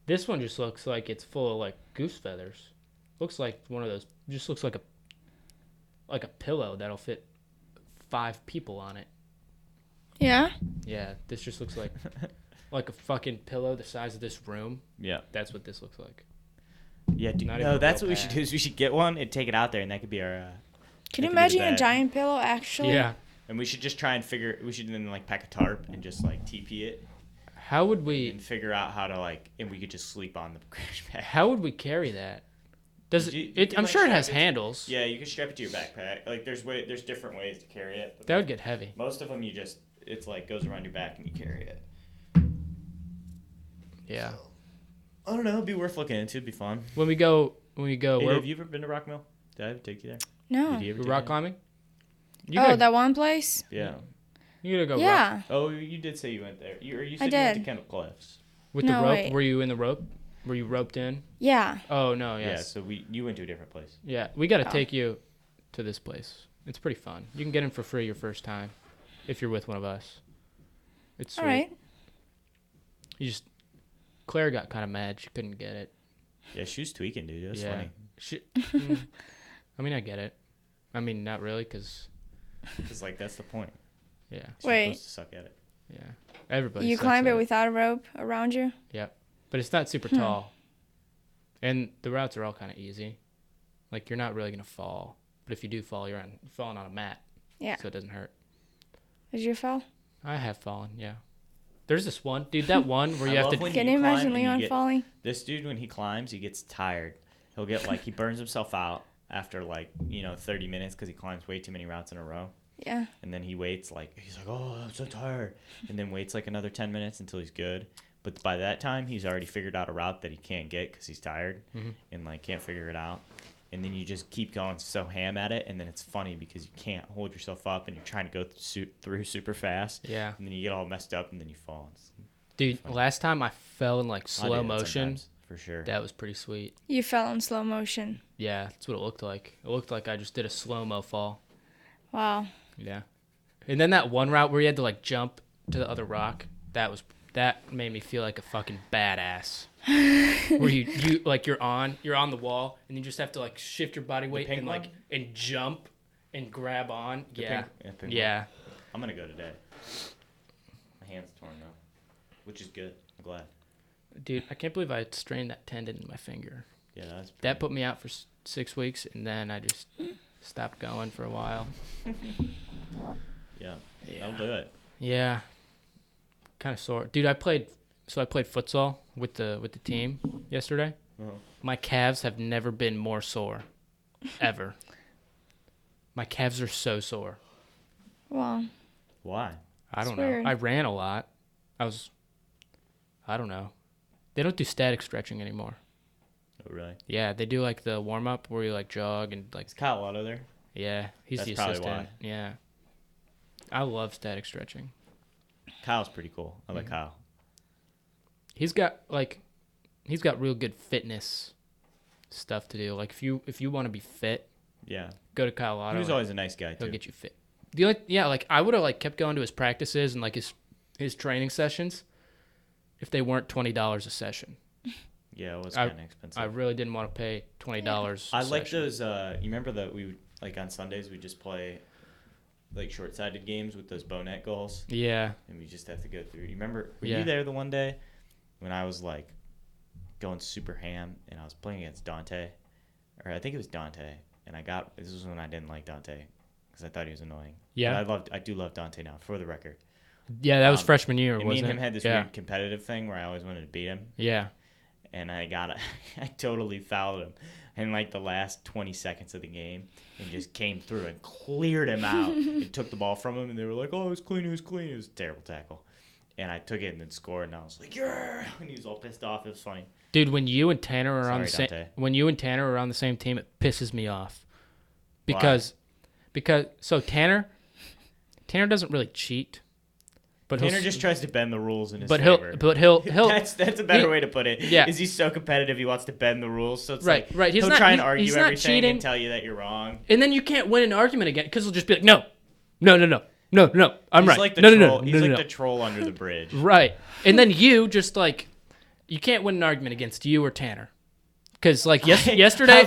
S3: This one just looks like it's full of like goose feathers. Looks like one of those. Just looks like a like a pillow that'll fit five people on it.
S1: Yeah.
S3: Yeah, this just looks like like a fucking pillow the size of this room.
S2: Yeah,
S3: That's what this looks like.
S2: yeah, dude.
S3: Not even
S2: No,
S3: a
S2: that's
S3: real
S2: what we should
S3: pad.
S2: do is we should get one and take it out there, and that could be our. Uh,
S1: Can you
S2: that could be
S1: imagine
S2: the
S1: a
S2: bag.
S1: giant pillow actually?
S3: Yeah.
S2: And we should just try and figure. We should then like pack a tarp and just like TP it
S3: How would we
S2: and figure out how to like, and we could just sleep on the (laughs) crash pad.
S3: how would we carry that? Does it,
S2: You- you
S3: it
S2: can,
S3: I'm
S2: like,
S3: sure it
S2: strap
S3: has
S2: it to-
S3: handles.
S2: Yeah, you can strap it to your backpack. Like, there's way, there's different ways to carry it. But
S3: That would get heavy.
S2: most of them, you just it's like goes around your back and you carry it.
S3: Yeah.
S2: I don't know. It'd be worth looking into. It'd be fun.
S3: When we go when we go
S2: Hey,
S3: where,
S2: have you ever been to Rock Mill? Did I ever take you there?
S1: No.
S2: Did you ever take
S3: rock
S2: me?
S3: climbing? You
S1: Oh,
S3: gotta-
S1: that one place.
S2: Yeah.
S3: You gotta go rock
S1: yeah.
S2: Oh, you did say you went there. You or you said
S1: I
S2: you went to
S1: did.
S2: Kendall Cliffs.
S3: with the
S1: No,
S3: rope.
S1: wait.
S3: Were you in the rope? Were you roped in?
S1: Yeah.
S3: Oh no,
S2: Yeah.
S3: yes,
S2: So we you went to a different place.
S3: yeah. We gotta
S1: Oh.
S3: take you to this place. It's pretty fun. You can get in for free your first time if you're with one of us. It's sweet.
S1: All right.
S3: You just Claire got kind of mad. She couldn't get it.
S2: Yeah, she was tweaking, dude. That's
S3: yeah.
S2: funny.
S1: (laughs)
S3: She, Mm. I mean, I get it. I mean, not really, because,
S2: It's like that's the point.
S3: yeah,
S2: You're
S1: Wait.
S2: supposed to suck at it.
S3: yeah. Everybody.
S1: you
S3: sucks
S1: climb
S3: at
S1: it without a rope around you?
S3: Yep. But it's not super tall. And the routes are all kind of easy. Like, you're not really going to fall. But if you do fall, you're on, falling on a mat.
S1: Yeah.
S3: So it doesn't hurt.
S1: Did you fall?
S3: I have fallen, yeah. There's this one, dude, that one
S2: (laughs)
S3: where
S2: I
S3: you have
S2: love
S3: to.
S2: when
S1: Can
S2: you
S1: you imagine
S2: climb and you
S1: Leon
S2: get-
S1: falling?
S2: This dude, when he climbs, he gets tired. He'll get like he (laughs) burns himself out after like you know 30 minutes because he climbs way too many routes in a row.
S1: Yeah.
S2: And then he waits like he's like, oh, I'm so tired. And then waits like another 10 minutes until he's good. But by that time, he's already figured out a route that he can't get because he's tired
S3: Mm-hmm.
S2: and like can't figure it out. And then you just keep going so ham at it, and then it's funny because you can't hold yourself up, and you're trying to go th- su- through super fast.
S3: Yeah.
S2: And then you get all messed up, and then you fall. It's-
S3: Dude, last time I fell in like
S2: I do
S3: slow
S2: that
S3: motion.
S2: sometimes, for sure.
S3: That was pretty sweet.
S1: You fell in slow motion.
S3: Yeah, that's what it looked like. It looked like I just did a slow mo fall.
S1: Wow.
S3: Yeah. And then that one route where you had to like jump to the other rock, that was that made me feel like a fucking badass. where you you like you're on you're on the wall and you just have to like shift your body weight
S2: pink
S3: and like and jump and grab on.
S2: The
S3: yeah.
S2: pink- yeah, pink
S3: yeah.
S2: I'm gonna go today. My hand's torn though, which is good. I'm glad.
S3: Dude, I can't believe I had strained that tendon in my finger.
S2: Yeah, that's pretty-
S3: That put me out for s- six weeks, and then I just stopped going for a while.
S2: yeah. I'll do it.
S3: Yeah, kind of sore, dude. I played, so I played futsal with the with the team yesterday.
S2: Uh-huh.
S3: My calves have never been more sore, ever. My calves are so sore.
S1: Wow.
S2: Why?
S3: I
S1: It's
S3: don't
S1: weird.
S3: know. I ran a lot. I was, I don't know. They don't do static stretching anymore.
S2: Oh, really?
S3: Yeah, they do like the warm up where you like jog and like
S2: Is Kyle Lotto there?
S3: Yeah, he's
S2: That's
S3: the
S2: probably
S3: assistant.
S2: why.
S3: Yeah. I love static stretching.
S2: Kyle's pretty cool. I like
S3: Mm-hmm.
S2: Kyle.
S3: He's got like he's got real good fitness stuff to do. Like if you if you want to be fit,
S2: Yeah.
S3: go to Kyle Otto.
S2: He was
S3: and
S2: always a nice guy
S3: he'll
S2: too.
S3: get you fit. The only yeah, like I would have like kept going to his practices and like his his training sessions if they weren't twenty dollars a session.
S2: Yeah, it was
S3: I-
S2: kind of expensive.
S3: I really didn't want to pay twenty dollars.
S2: I like those. Uh, you remember that we would, like on Sundays we just play like short-sided games with those bow net goals,
S3: Yeah.
S2: and we just have to go through. You remember? Were
S3: Yeah.
S2: you there the one day when I was like going super ham and I was playing against Dante, or I think it was Dante, and I got this was when I didn't like Dante because I thought he was annoying. But
S3: Yeah.
S2: I loved. I do love Dante now. For the record,
S3: Yeah, that was
S2: Um,
S3: freshman year,
S2: and
S3: wasn't
S2: me and
S3: it?
S2: him had this
S3: yeah.
S2: weird competitive thing where I always wanted to beat him.
S3: Yeah.
S2: and I got (laughs) a, I totally fouled him in like the last 20 seconds of the game and just came through and cleared him out and took the ball from him and they were like, "Oh, it was clean, it was clean." It was a terrible tackle. And I took it and then scored and I was like, "Yeah!" (laughs) And he was all pissed off. It was funny.
S3: Dude, when you and Tanner are on the
S2: Sorry,
S3: same
S2: Dante.
S3: when you and Tanner are on the same team, it pisses me off. Because because so Tanner Tanner doesn't really cheat. But
S2: Tanner
S3: he'll,
S2: just tries to bend the rules in his
S3: but he'll
S2: favor.
S3: but
S2: (laughs)
S3: he'll he'll
S2: that's that's a better
S3: he-
S2: way to put it.
S3: yeah.
S2: is he so competitive he wants to bend the rules? So it's
S3: Right,
S2: like
S3: right, he's
S2: he'll
S3: not-
S2: try and
S3: he's-
S2: argue
S3: he's not
S2: everything
S3: cheating.
S2: and tell you that you're wrong.
S3: and then you can't win an argument again because he'll just be like, No, no, no, no, no, no, I'm
S2: he's
S3: right.
S2: like the
S3: no, no,
S2: troll.
S3: no,
S2: he's
S3: no, no,
S2: like
S3: no.
S2: the troll under the bridge.
S3: Right. And then you just like you can't win an argument against you or Tanner. Cause like yes, yesterday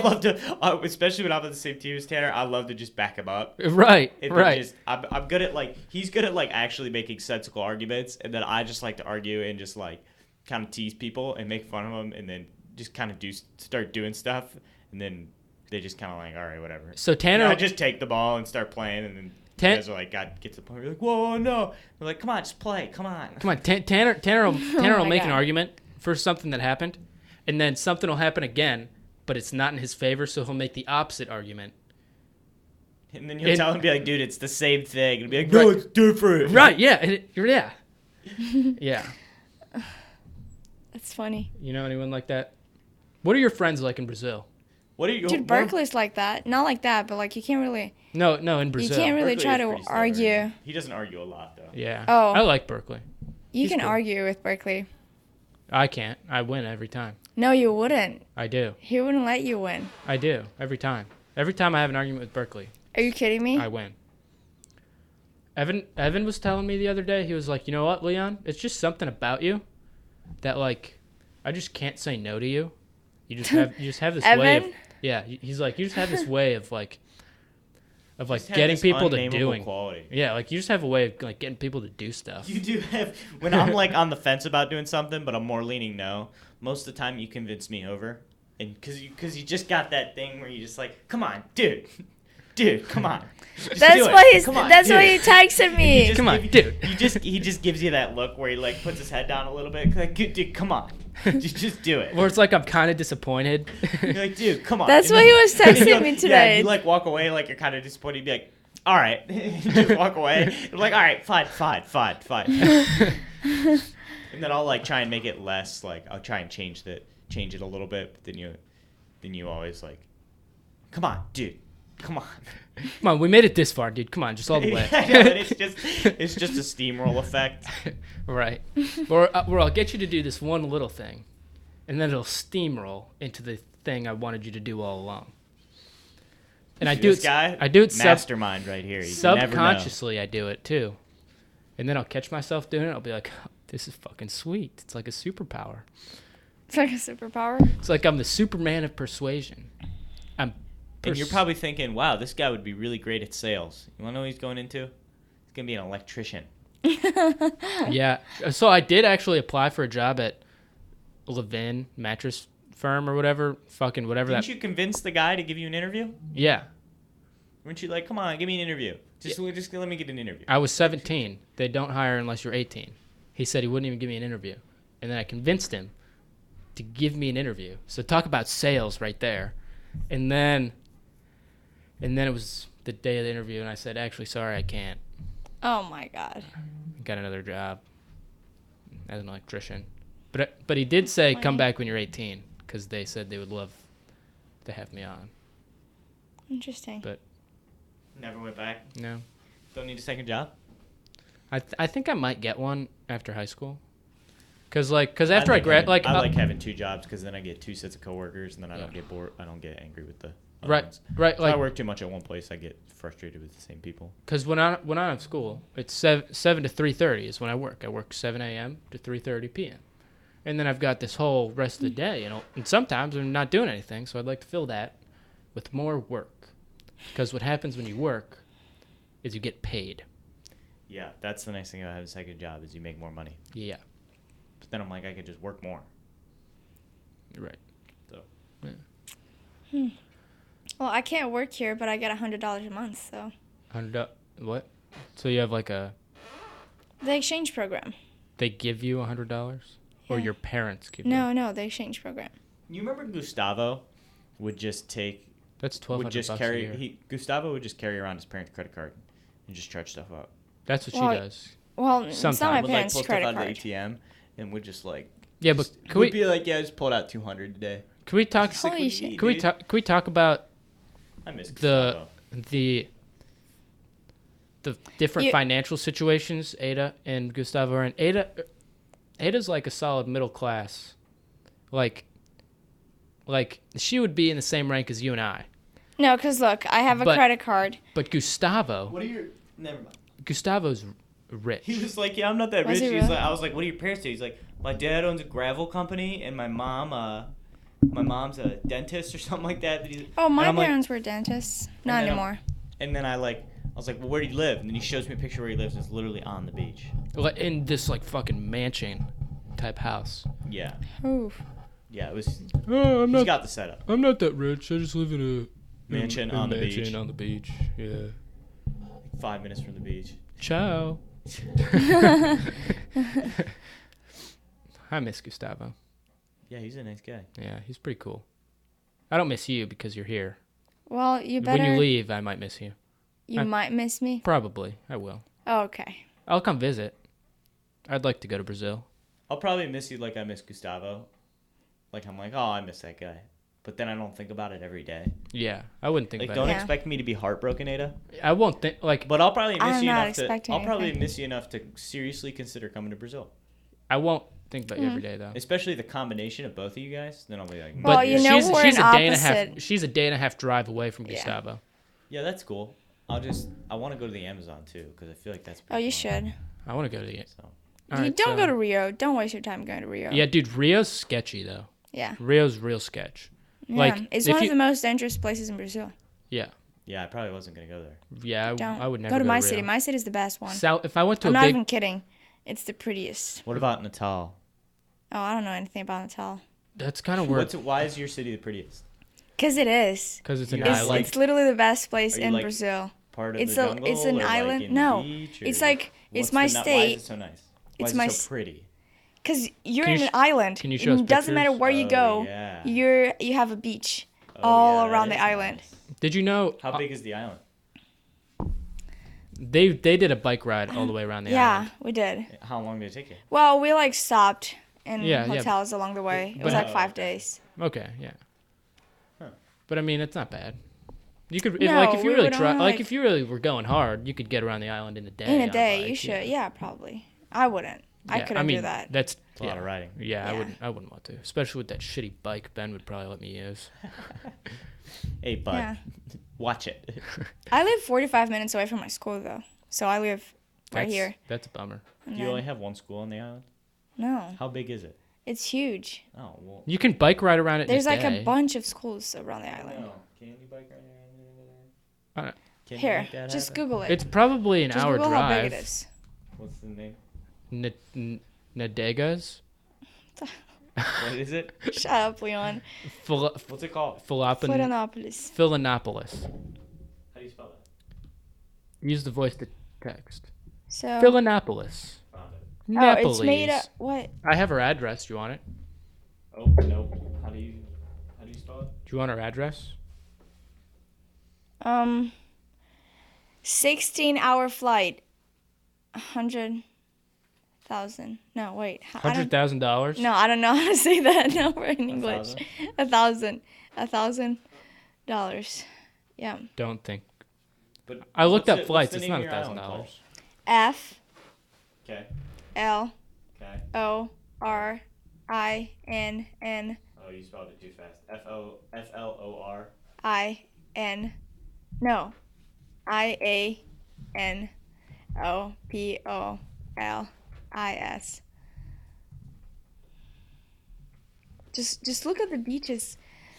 S2: (laughs) I love to, uh, especially when I'm on the same team as Tanner. I love to just back him up.
S3: Right,
S2: And then
S3: right.
S2: Just, I'm, I'm good at like he's good at like actually making sensical arguments, and then I just like to argue and just like kind of tease people and make fun of them, and then just kind of do start doing stuff, and then they just kind of like all right, whatever.
S3: so
S2: And
S3: Tanner
S2: I just take the ball and start playing, and then
S3: Tan-
S2: you guys are like, God, get to the point. where You're like, whoa, whoa, no. We're like, come on, just play, come on. (laughs)
S3: Come on, Tan- Tanner.
S1: (laughs)
S3: Tanner will, Tanner will
S1: Oh my
S3: make an
S1: God.
S3: argument for something that happened, and then something will happen again, but it's not in his favor, so he'll make the
S1: (laughs)
S3: opposite argument.
S2: And then you'll
S3: And-
S2: tell him, be like, dude, it's the same thing, and be like, no,
S3: Right.
S2: it's different.
S3: Right? Yeah. and it- yeah. yeah.
S1: That's funny.
S3: You know anyone like that? What are your friends like in Brazil?
S2: What are you?
S1: Dude,
S2: what-
S1: Berkeley's like that. Not like that, but like you can't really
S3: No, no, in
S1: you
S3: Brazil.
S1: can't really
S2: Berkeley
S1: try
S2: is
S1: to
S2: pretty stubborn.
S1: argue.
S2: He doesn't argue a lot though.
S3: Yeah.
S1: Oh.
S3: I like Berkeley.
S1: You
S3: He's
S1: can
S3: cool.
S1: argue with Berkeley.
S3: I can't. I win every time.
S1: No, you wouldn't.
S3: I do.
S1: He wouldn't let you win.
S3: I do every time. Every time I have an argument with Berkeley,
S1: Are you kidding me?
S3: I win. Evan Evan was telling me the other day, he was like, you know what, Leon? It's just something about you that like I just can't say no to you. You just have you just
S1: (laughs)
S3: have this way of
S1: Evan?
S3: yeah. he- He's like you just have this way of like of like
S2: Just have
S3: getting
S2: this
S3: people to
S2: unnameable
S3: doing
S2: quality. (laughs)
S3: yeah. Like you just have a way of like getting people to do stuff. (laughs)
S2: You do have when I'm like on the fence about doing something, but I'm more leaning no. Most of the time, you convince me over, and because you because you just got that thing where you just like, come on, dude, dude,
S1: (laughs)
S2: come on. Just
S1: that's
S2: do it.
S1: why he's.
S2: Come on,
S1: that's
S2: do
S1: why
S2: it."
S1: he
S3: (laughs)
S1: texted
S2: And he
S1: me.
S2: just
S3: Come on,
S2: give you-
S3: dude.
S2: You just he just gives you that look where he like puts his head down a little bit, like, dude, dude, come on, (laughs) just, just do it.
S3: Where it's like I'm kind of disappointed.
S2: (laughs) You're like,
S3: (laughs)
S2: dude, come on.
S1: That's
S2: And
S1: why
S2: then-
S1: he was
S2: (laughs) and then
S1: texting
S2: you'll-
S1: me
S2: Yeah,
S1: today.
S2: you like walk away, like you're kind of disappointed. You'd be like, all right, (laughs) just walk away. I'm like, all right, fine, fine, fine, fine. and then I'll like try and make it less like I'll try and change the change it a little bit. But then you, then you always like, come on, dude, come on.
S3: (laughs) Come on, we made it this far, dude. Come on,
S2: (laughs)
S3: just all the way.
S2: Yeah, no, and it's just it's just a steamroll effect.
S3: (laughs) right. Or, uh, or I'll get you to do this one little thing, and then it'll steamroll into the thing I wanted you to do all along. And I do
S2: this
S3: it.
S2: guy,
S3: I do it sub-
S2: mastermind right here. You subconscious.
S3: subconsciously. I do it too, and then I'll catch myself doing it. I'll be like, "This is fucking sweet. It's like a superpower.
S1: It's like a superpower. (laughs)
S3: It's like I'm the Superman of persuasion. I'm."
S2: And you're
S3: pers-
S2: probably thinking, wow, this guy would be really great at sales. You want to know what he's going into? He's going to be an electrician.
S3: yeah. Uh, So I did actually apply for a job at Levin Mattress Firm or whatever, fucking whatever
S2: Didn't
S3: that.
S2: you convince the guy to give you an interview?
S3: yeah,
S2: Weren't you like, come on, give me an interview? Just, just let me get an interview.
S3: I was 17. They don't hire unless you're 18. He said he wouldn't even give me an interview, and then I convinced him to give me an interview. So talk about sales right there, and then, and then it was the day of the interview, and I said, actually, sorry, I can't.
S1: Oh my god.
S3: Got another job as an electrician, but but he did say come
S1: Funny.
S3: back when you're 18 because they said they would love to have me on.
S1: Interesting.
S3: But-
S2: Never went back.
S3: No.
S2: Don't need a second job.
S3: I, th- I think I might get one after high school. Cause like, cause after I,
S2: like
S3: grad,
S2: having-
S3: like,
S2: I
S3: uh,
S2: like having two jobs because then I get two sets of coworkers and then I don't
S3: Yeah.
S2: get bored. I don't get angry with the other
S3: right,
S2: ones.
S3: right,
S2: If
S3: like,
S2: Um, I work too much at one place, I get frustrated with the same people.
S3: cause when I when I'm at school, it's seven seven to three thirty is when I work. I work seven a.m. to three thirty p.m. And then I've got this whole rest of the day, you know. And sometimes I'm not doing anything, so I'd like to fill that with more work. Because what happens when you work is you get paid.
S2: Yeah, that's the nice thing about having a second job is you make more money.
S3: Yeah,
S2: But then I'm like, I could just work more.
S3: right.
S1: well, I can't work here, but I get a hundred dollars a month. So
S3: Hundred up. What? So you have like a
S1: the exchange program.
S3: they give you a hundred dollars, or
S1: Yeah.
S3: your parents give you?
S1: No, no, the exchange program.
S2: You remember Gustavo would just take
S3: That's twelve
S2: would
S3: hundred bucks
S2: just
S3: a
S2: carry
S3: year.
S2: he Gustavo would just carry around his parents' credit card and just charge stuff up.
S3: That's what she
S1: Well,
S3: does.
S1: Well, it's not
S3: Sometime.
S1: my
S2: would
S1: parents'
S2: like pull
S1: credit
S2: stuff out
S1: card.
S2: of the ATM and would just like
S3: Yeah, but
S2: just-
S3: can
S2: we'd
S3: we
S2: be like yeah, I just pulled out two hundred today.
S3: can we talk
S2: It's like,
S1: Holy
S2: what do you
S1: shit.
S2: mean,
S3: can we
S2: dude?
S3: talk can we talk about
S2: I miss
S3: the
S2: Gustavo.
S3: the the different
S1: You-
S3: financial situations Ada and Gustavo are in? Ada Ada's like a solid middle class, like like she would be in the same rank as you and I.
S1: No, because look, I have a
S3: But-
S1: credit card.
S3: But Gustavo
S2: What are your never mind.
S3: Gustavo's
S2: (laughs)
S3: rich.
S2: He was like, Yeah, I'm not that
S1: Was
S2: rich.
S1: he
S2: He's
S1: really?
S2: like I was like, What do your parents do? He's like, My dad owns a gravel company and my mom uh my mom's a dentist or (laughs) something like that. And he's-
S1: Oh, my
S2: and I'm like-
S1: parents were dentists. Not
S2: then I'm-
S1: anymore.
S2: and then I like I was like, Well where do you live? And then he shows me a picture where he lives and it's literally on the beach.
S3: Like, in this like fucking mansion type house.
S2: Yeah.
S1: Ooh.
S2: Yeah, it was
S3: Oh, I'm
S2: he's got the setup.
S3: I'm not that rich. I just live in a
S2: Mansion in- on the mansion beach.
S3: on the beach. Yeah.
S2: Five minutes from the beach.
S3: Ciao. (laughs) I miss Gustavo.
S2: Yeah, he's a nice guy.
S3: Yeah, he's pretty cool. I don't miss you because you're here.
S1: Well, you better.
S3: when
S1: You,
S3: you leave, I might miss you. I-
S1: might miss me.
S3: Probably, I will.
S1: Oh, okay.
S3: I'll come visit. I'd like to go to Brazil.
S2: I'll probably miss you like I miss Gustavo. Like I'm like, oh, I miss that guy. But then I don't think about it every day.
S3: Yeah, I wouldn't think
S2: Like,
S3: about
S2: don't
S1: Yeah.
S2: expect me to be heartbroken, Ada.
S3: it. I won't think like
S2: But I'll probably miss
S1: I'm
S2: you
S1: not
S2: enough to.
S1: expecting
S2: I'll probably
S1: anything.
S2: miss you enough to seriously consider coming to Brazil,
S3: I won't think about you
S1: Mm-hmm.
S3: every day though.
S2: especially the combination of both of you guys. Then I'll be like,
S1: Well,
S2: "Man,
S1: you know we're an
S3: day and a half.
S1: opposite.
S3: She's a day and a half drive away from
S1: Yeah.
S3: Gustavo.
S2: yeah, that's cool. I'll just. I want to go to the Amazon too because I feel like that's.
S1: Oh,
S2: pretty
S1: you
S2: fun.
S1: should.
S3: I want to go to the
S2: So
S3: All
S1: you
S3: right,
S1: don't
S3: so-
S1: go to Rio. Don't waste your time going to Rio.
S3: Yeah, dude, Rio's sketchy though.
S1: Yeah.
S3: Rio's real sketch.
S1: Yeah.
S3: Like,
S1: it's
S3: if
S1: one
S3: you-
S1: of the most dangerous places in Brazil.
S3: Yeah,
S2: Yeah, I probably wasn't gonna go there.
S3: yeah, I, w-
S1: Don't
S3: I would never
S1: go to my city.
S3: Rio.
S1: My city's the best one.
S3: Sou- if I went to
S1: I'm
S3: a
S1: not
S3: big,
S1: even kidding. It's the prettiest.
S2: What about Natal?
S1: Oh, I don't know anything about Natal.
S3: that's kind of weird
S2: What's why is your city the prettiest?
S1: Cause it is.
S3: because it's an
S2: You
S1: It's,
S2: guys
S3: island.
S2: like-
S1: it's literally the best place
S2: Are you
S1: in
S2: like-
S1: Brazil.
S2: Part of
S1: It's
S2: the
S1: a-
S2: jungle.
S1: it's an
S2: or, like,
S1: island-
S2: in
S1: no.
S2: the beach,
S1: It's
S2: or-
S1: like- it's
S2: What's
S1: my
S2: the nut- Why
S1: state.
S2: is it so nice?
S1: It's
S2: Why is
S1: my
S2: it
S1: s-
S2: so pretty?
S1: Cause you're
S3: Can you
S1: in an
S3: sh-
S1: island.
S3: can you show us
S1: it doesn't matter
S3: pictures?
S1: where you
S2: Oh,
S1: go.
S2: yeah.
S1: You're you have a beach.
S2: Oh,
S1: all
S2: yeah, that
S1: around the
S2: is
S1: island.
S2: nice.
S3: Did you know
S2: How
S3: uh,
S2: big is the island?
S3: they they did a bike ride all the way around the
S1: yeah,
S3: island?
S1: we did.
S2: How long did it take you?
S1: Well, we like stopped in
S3: Yeah, yeah.
S1: hotels along the way. It was
S3: But- Oh,
S1: like five days.
S3: Okay, yeah.
S2: Huh.
S3: But I mean, it's not bad. You could if,
S1: No,
S3: like if you
S1: we
S3: really
S1: would
S3: try,
S1: only,
S3: like
S1: like-
S3: if you really were going hard, you could get around the island in a day.
S1: in
S3: on
S1: a day, you
S3: bike,
S1: should. Yeah,
S3: yeah.
S1: probably. I wouldn't. I
S3: Yeah,
S1: couldn't
S3: mean,
S1: do that.
S3: That's
S2: It's a
S3: yeah.
S2: lot of riding.
S3: Yeah, I
S1: Yeah.
S3: wouldn't. I wouldn't want to, especially with that shitty bike Ben would probably let me use.
S2: Hey, bud,
S1: Yeah.
S2: watch it. (laughs)
S1: I live 45 minutes away from my school though, so I live right
S3: That's-
S1: here.
S3: That's a bummer.
S1: And
S2: Do you
S1: then-
S2: only have one school on the island?
S1: no,
S2: How big is it?
S1: it's huge.
S2: Oh, well.
S3: You can bike ride around it.
S1: There's
S3: in a
S1: like
S3: day. Oh,
S1: a bunch of schools around the island.
S2: No. Can you bike right there?
S3: I don't-
S2: Can you
S1: Here,
S2: make that
S1: just
S2: happen?
S1: Google it.
S3: It's probably an
S1: just
S3: hour
S1: Google how
S3: drive.
S1: big it is. (laughs)
S2: What's the name?
S3: N- N- Nadegas,
S2: What is it?
S1: Shut up,
S3: (laughs)
S1: Leon.
S3: Phil-
S2: What's it called?
S3: Philopon-
S1: Florianopolis.
S3: Philanopolis.
S2: How do you spell that?
S3: Use the voice to text.
S1: So.
S3: Philanopolis.
S2: Found it.
S1: oh,
S3: Napolis.
S1: it's made up. What?
S3: I have her address. Do you want it?
S2: Oh, nope. How do you how do you spell it?
S3: Do you want her address?
S1: Um. 16 hour flight. 100,000. No, wait. h- I
S3: Hundred
S1: don't,
S3: thousand dollars.
S1: no, I don't know how to say that (laughs) number in English.
S2: thousand?
S1: A thousand. A thousand dollars. Yeah.
S3: Don't think.
S2: But
S3: I looked
S2: what's
S3: up
S2: it- what's
S3: flights,
S2: the
S3: it's
S2: name
S3: not
S2: of your island
S3: $1,000.
S2: called?
S1: F
S2: Okay.
S1: L
S2: Okay.
S1: O R I N N
S2: Oh, you spelled it too fast. F O F L O R.
S1: I N. No. I A N O P O L I S. Just just look at the beaches.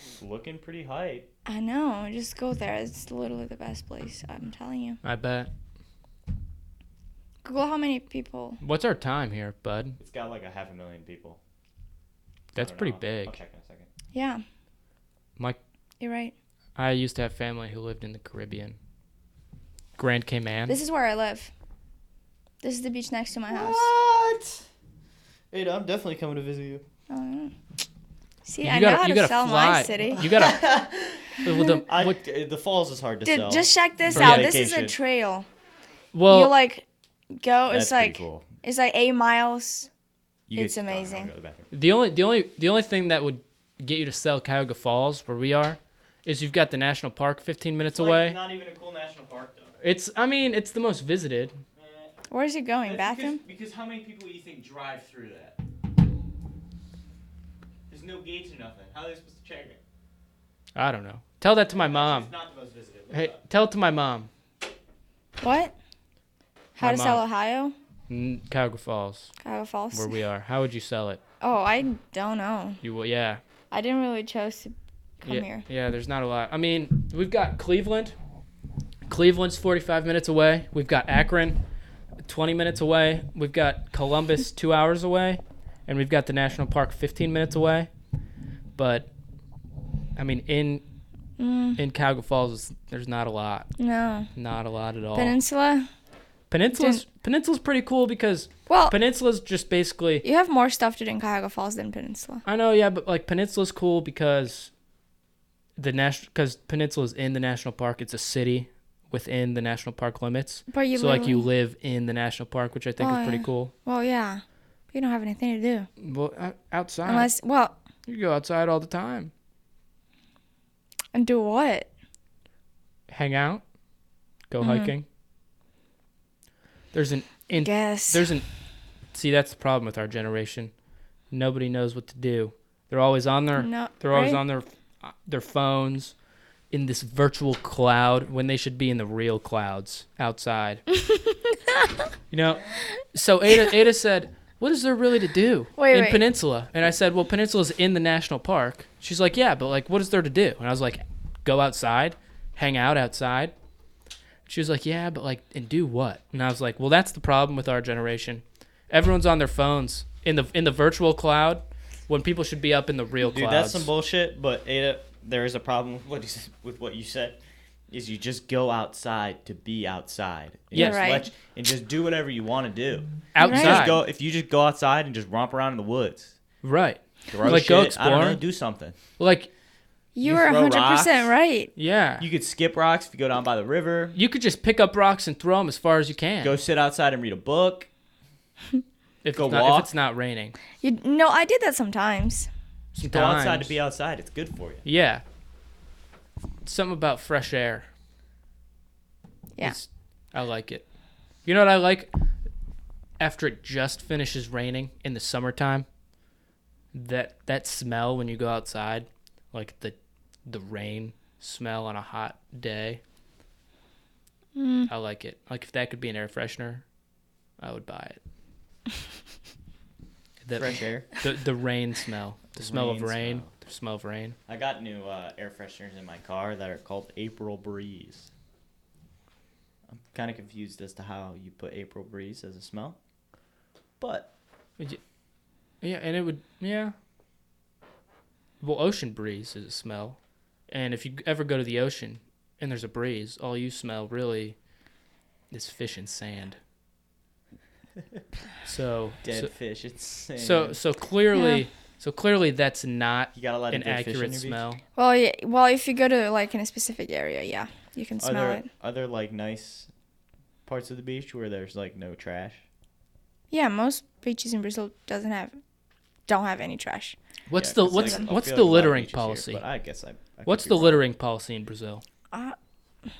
S2: It's looking pretty hype.
S1: I know, just go there. It's literally the best place, I'm telling you.
S3: I bet.
S1: Google how many people.
S3: What's our time here, bud?
S2: It's got like a half a million people. I
S3: That's
S2: don't
S3: pretty
S2: know.
S3: big.
S2: I'll check in a second.
S1: Yeah.
S3: Like-
S1: You're right.
S3: I used to have family who lived in the Caribbean. Grand Cayman.
S1: This is where I live. This is the beach next to my house.
S5: What? Hey, I'm definitely coming to visit you.
S1: Oh, yeah. See,
S3: You
S1: I
S3: gotta-
S1: know how
S3: you
S1: to
S3: gotta
S1: sell
S3: fly.
S1: my city.
S3: You gotta.
S1: (laughs)
S3: well, the,
S2: I, uh,
S3: what-
S2: the falls is hard to
S1: Dude,
S2: sell.
S1: just check this
S3: For
S1: out. This is a
S2: vacation.
S1: trail.
S3: well,
S1: you like go
S2: That's
S1: it's like
S2: pretty cool.
S1: it's like eight miles
S2: You
S1: it's
S2: guys- oh, I'm gonna
S1: amazing.
S2: go to the bathroom.
S3: the only the only the only thing that would get you to sell Cuyahoga Falls, where we are, is you've got the national park 15 minutes away.
S2: Like, not even a cool national park though.
S3: it's I mean it's the most visited.
S2: Eh,
S1: where's it going
S2: that's
S1: bathroom
S2: Because, because how many people do you think drive through that? There's no gates or nothing. How are they supposed to check it?
S3: I don't know. Tell that to my mom.
S2: It's not the most visited. Look it
S3: Um, Hey,
S2: up.
S3: tell it to my mom.
S1: what how
S3: My
S1: to sell
S3: mom.
S1: ohio
S3: N- Cuyahoga Falls,
S1: Cuyahoga falls
S3: where we are. How would you sell it?
S1: oh i don't know
S3: You will, yeah.
S1: i didn't really chose to come
S3: yeah,
S1: here
S3: Yeah, there's not a lot. I mean, we've got Cleveland. Cleveland's 45 minutes away. We've got Akron, 20 minutes away. We've got Columbus, two hours away. And we've got the National Park, 15 minutes away. But, I mean, in
S1: mm,
S3: in Cuyahoga Falls, is- there's not a lot.
S1: no
S3: Not a lot at all.
S1: peninsula
S3: Peninsula's, Peninsula's pretty cool because
S1: well
S3: Peninsula's just basically
S1: you have more stuff to do in Cuyahoga Falls than Peninsula.
S3: I know, yeah, but like Peninsula's cool because the national because Peninsula's in the national park. It's a city within the national park limits.
S1: But you
S3: so like you
S1: literally-
S3: live in the national park, which I think
S1: Oh,
S3: is pretty
S1: yeah.
S3: cool.
S1: Well, yeah, you don't have anything to do
S3: Well, o- outside
S1: unless well,
S3: you go outside all the time,
S1: and do what?
S3: hang out, go
S1: Mhm.
S3: hiking. There's an in
S1: Guess
S3: there's an see that's the problem with our generation. Nobody knows what to do. They're always on their
S1: no.
S3: They're always
S1: right?
S3: on their uh, their phones in this
S1: (laughs)
S3: virtual cloud when they should be in the real clouds outside. You know, so Ada Ada said, "What is there really to do
S1: Wait,
S3: in
S1: wait.
S3: Peninsula?" And I said, "Well, Peninsula's in the national park." She's like, "Yeah, but like, what is there to do?" And I was like, "Go outside, hang out outside." She was like, "Yeah, but like, and do what?" And I was like, "Well, that's the problem with our generation. Everyone's on their phones in the in the virtual cloud." When people should be up in the real
S2: Dude,
S3: clouds.
S2: that's some bullshit. But Ada, there is a problem with what you said, with what you said. Is you just go outside to be outside. And
S3: Yes.
S2: just
S1: Right.
S2: let- and just do whatever you want to do.
S3: outside.
S1: Right.
S2: Just go if you just go outside and just romp around in the woods.
S3: Right.
S2: Throw
S3: Like,
S2: shit,
S3: go
S2: I don't know,
S3: explore.
S2: do something.
S3: Like,
S1: You,
S2: You
S1: were
S2: throw
S1: 100%
S2: rocks?
S1: right.
S3: yeah. You,
S2: You could skip rocks if you go down by the river.
S3: could just pick up rocks and throw them as far as you can.
S2: Go sit outside and read a book.
S3: if,
S2: go
S3: it's not,
S2: walk.
S3: if it's not raining.
S1: You No, I did that sometimes.
S2: Just go outside
S3: Sometimes.
S2: to be outside. It's good for you.
S3: Yeah. Something about fresh air.
S1: Yeah.
S3: It's- I like it. You know what I like? After it just finishes raining in the summertime, that that smell when you go outside, like the the rain smell on a hot day. I like it. Like if that could be an air freshener, I would buy it. The, (laughs)
S2: Fresh air.
S3: the the rain smell, the smell of
S2: Rain
S3: rain,
S2: smell.
S3: the smell of rain.
S2: I got new uh, air fresheners in my car that are called April Breeze. I'm kind of confused as to how you put April Breeze as a smell, but
S3: Would you- Yeah, and it would. Yeah. Well, ocean breeze is a smell, and if you ever go to the ocean and there's a breeze, all you smell really is fish and sand. So
S2: dead
S3: so
S2: fish. It's
S3: so, so clearly, so clearly that's not
S2: you gotta let
S3: an
S2: a dead fish in
S3: accurate
S2: your beach.
S3: smell.
S1: Well, yeah, well, if you go to like in a specific area, yeah, you can
S2: Are
S1: smell
S2: there
S1: it.
S2: are there like nice parts of the beach where there's like no trash?
S1: Yeah, most beaches in Brazil doesn't have don't have any trash.
S3: What's
S2: Yeah,
S3: the
S2: 'cause,
S3: what's
S2: like, I
S3: what's
S2: feel
S3: the
S2: like a lot of
S3: littering
S2: beaches here,
S3: policy?
S2: but I guess I. I could
S3: what's
S2: be
S3: the
S2: wrong.
S3: littering policy in Brazil?
S1: Uh,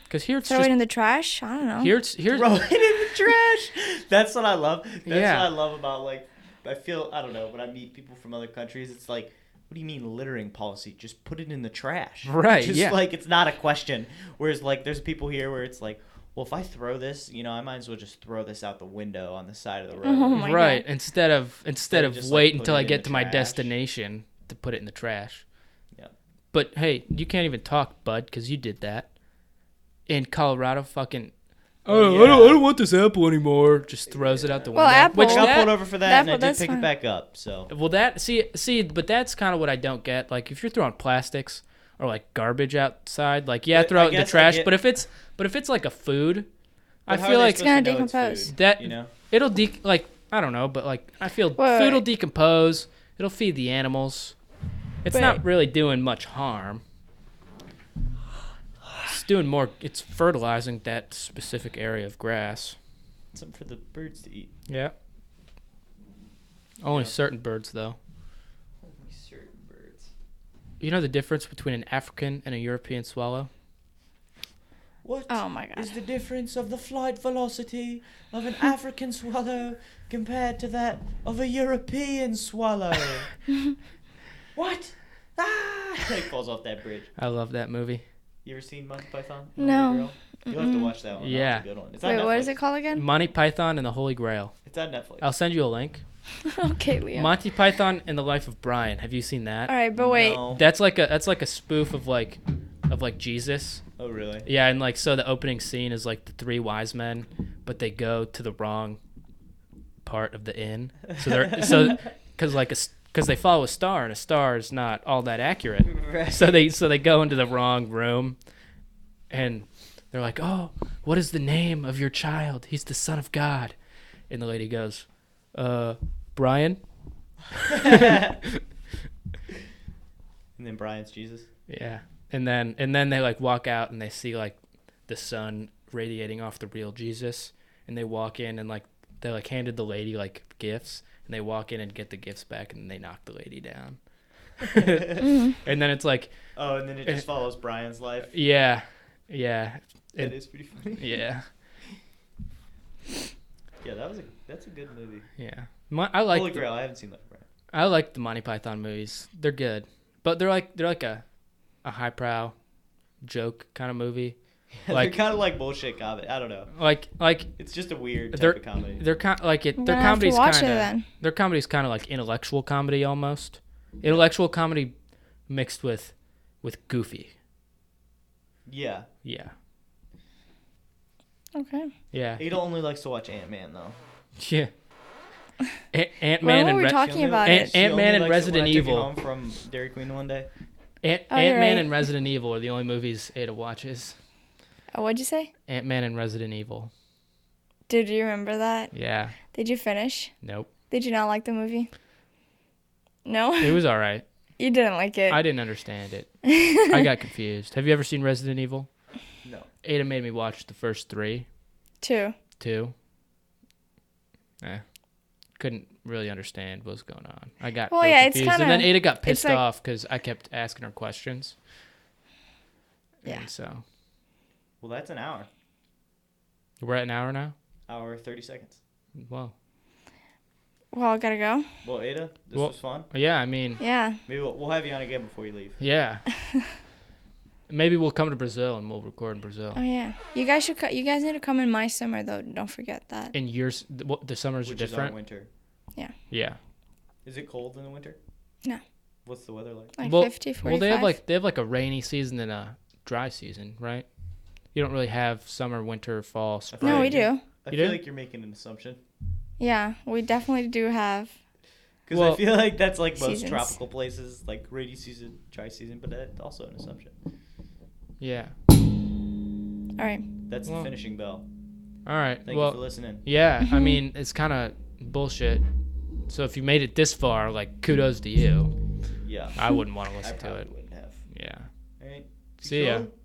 S3: Because here it's
S1: Throw
S3: just
S1: it in the trash. I don't know.
S3: here it's (laughs) here
S2: Throw it in the trash. That's what I love. That's
S3: Yeah.
S2: what I love about like I feel I don't know when I meet people from other countries. It's like, what do you mean littering policy? Just put it in the trash,
S3: Right,
S2: Just
S3: yeah.
S2: like it's not a question. Whereas like there's people here where it's like, well, if I throw this, you know, I might as well just throw this out the window on the side of the road.
S1: Oh my
S3: right
S1: God.
S3: instead of instead
S2: Or
S3: of
S2: just, like,
S3: wait
S2: put
S3: until
S2: it
S3: i
S2: in
S3: get
S2: the
S3: to my
S2: trash.
S3: destination to put it in the trash
S2: Yep.
S3: but hey you can't even talk bud because you did that in colorado fucking
S2: Oh, I don't- I don't
S3: want this apple anymore just throws it out the
S1: Well,
S3: window
S1: apple-
S3: which
S2: I got pulled
S3: that,
S2: over for that,
S1: that-
S2: and I did
S1: that's
S2: pick
S1: fine.
S2: it back up. So
S3: well that see see but that's kind of what i don't get like if you're throwing plastics or like garbage outside like yeah
S2: But
S3: throw
S2: I
S3: it in the
S2: guess I
S3: trash
S2: get-
S3: but if it's but if it's like a food i
S2: But how are
S3: feel
S2: they
S3: like
S2: supposed to
S1: It's gonna
S2: know it's
S1: decompose.
S2: food,
S3: that
S2: you know.
S3: it'll de like I don't know, but like I feel
S1: Wait,
S3: food will
S1: wait.
S3: decompose. It'll feed the animals. It's not
S1: Wait.
S3: really doing much harm. It's doing more. It's fertilizing that specific area of grass.
S2: Something for the birds to eat.
S3: Yeah. Only certain birds, though.
S2: Certain birds.
S3: You know the difference between an African and a European swallow?
S2: What?
S1: Oh my god.
S2: is the difference of the flight velocity of an African (laughs) swallow compared to that of a European swallow. (laughs) what? Ah! He falls off that bridge.
S3: I love that movie.
S2: You ever seen Monty Python? and the
S1: No.
S2: Holy Grail? You'll have to watch that one. That was a
S3: Yeah.
S2: good one. It's on
S1: Wait, what is
S2: Netflix.
S1: it called again?
S3: Monty Python and the Holy Grail.
S2: It's on Netflix.
S3: I'll send you a link.
S1: (laughs) okay, Leo.
S3: Monty Python and the Life of Brian. Have you seen that?
S1: All right, but wait.
S2: No.
S3: That's like a that's like a spoof of like of like Jesus.
S2: Oh, really?
S3: Yeah, and like so the opening scene is like the three wise men, but they go to the wrong part of the inn. So they're so cuz like a cuz they follow a star and a star is not all that accurate.
S1: (laughs)
S2: (laughs)
S3: So they so they go into the wrong room and they're like, "Oh, what is the name of your child? He's the son of God." And the lady goes, "Uh, Brian?"
S2: And then
S1: (laughs)
S2: Brian's Jesus.
S3: Yeah. And then and then they like walk out and they see like the sun radiating off the real Jesus and they walk in and like they like handed the lady like gifts and they walk in and get the gifts back and they knock the lady down. (laughs)
S1: Mm-hmm.
S3: and then it's like
S2: Oh, and then it just follows Brian's life.
S3: yeah. Yeah.
S2: It
S3: It-
S2: is pretty funny.
S3: Yeah.
S2: Yeah, that was a that's a good movie.
S3: Yeah. My, I like
S2: Holy
S3: the-
S2: Grail. I haven't seen that. Brian.
S3: I like the Monty Python movies. They're good, but they're like they're like a a highbrow joke kind of movie. (laughs) Like-
S2: they're kind of like bullshit comedy. I don't know.
S3: Like like
S2: It's just a weird type
S3: They're-
S2: of comedy.
S3: They're kind like it.
S1: I'm
S3: Their
S1: gonna have to
S3: comedy's
S1: watch it
S3: kind of
S1: then.
S3: their comedy's kind of like intellectual comedy almost. Intellectual comedy mixed with with goofy.
S2: yeah,
S3: Yeah.
S1: Okay.
S3: Yeah.
S2: Ada only likes to watch Ant Man though.
S3: (laughs) Yeah. Ant
S1: Why
S3: Man
S1: were
S3: and
S1: we
S3: Re-
S2: She
S1: talking
S2: only-
S1: about
S2: she
S1: it?
S3: Ant- Ant-Man
S2: only likes
S3: and
S2: it when
S3: Resident
S2: I take it
S3: Evil.
S2: home from Dairy Queen one day.
S3: Ant
S1: Oh, you're
S3: Man
S1: right.
S3: and Resident Evil are the only movies Ada watches.
S1: Uh, what'd you say?
S3: Ant Man and Resident Evil.
S1: Did you remember that?
S3: Yeah.
S1: Did you finish?
S3: Nope.
S1: Did you not like the movie? No,
S3: It was all right.
S1: (laughs) you didn't like it.
S3: I didn't
S1: (laughs)
S3: understand it. I got confused. Have you ever seen Resident Evil?
S2: No.
S3: Ada made me watch the first three,
S1: too.
S3: two. Eh. Couldn't really understand what was going on. I got
S1: Well,
S3: really
S1: yeah, it's
S3: confused. and then
S1: kinda-
S3: Ada got pissed
S1: like-
S3: off because I kept asking her questions.
S1: Yeah.
S3: And so
S2: Well, that's an hour,
S3: we're at an hour now?
S2: hour thirty seconds.
S3: Well,
S1: Well, I gotta go.
S2: Well, Ada, this
S3: Well-
S2: was fun.
S3: yeah, I mean,
S1: Yeah.
S2: Maybe we'll, we'll have you on again before you leave.
S1: (laughs)
S3: yeah. Maybe we'll come to Brazil and we'll record in Brazil.
S1: Oh yeah. You guys should. Co- you guys need to come in my summer though. Don't forget that.
S3: And yours, th- what- the summers
S2: Which
S3: are
S2: is our
S3: different.
S2: winter.
S3: Yeah.
S2: Is it cold in the winter?
S1: No.
S2: What's the weather like?
S1: Like
S3: well,
S1: 50, 45.
S3: Well, they have like they have like a rainy season and a dry season, right? You don't really have summer, winter, fall, spring.
S1: No, we do.
S2: I
S3: You
S2: feel
S3: do?
S2: like you're making an assumption
S1: Yeah, we definitely do have.
S2: because
S3: Well-
S2: I feel like that's like most
S1: Seasons.
S2: tropical places, like rainy season, dry season, but that's also an assumption.
S3: Yeah.
S1: All right.
S2: That's
S3: Well-
S2: the finishing bell.
S3: All right.
S2: Thank you for
S3: well,
S2: listening.
S3: yeah. I mean, it's kind of bullshit. So if you made it this far, like kudos to you.
S2: Yeah.
S3: I wouldn't want to
S2: I
S3: listen to
S2: probably
S3: it.
S2: wouldn't have.
S3: Yeah.
S2: All right.
S3: See ya.
S2: Cool.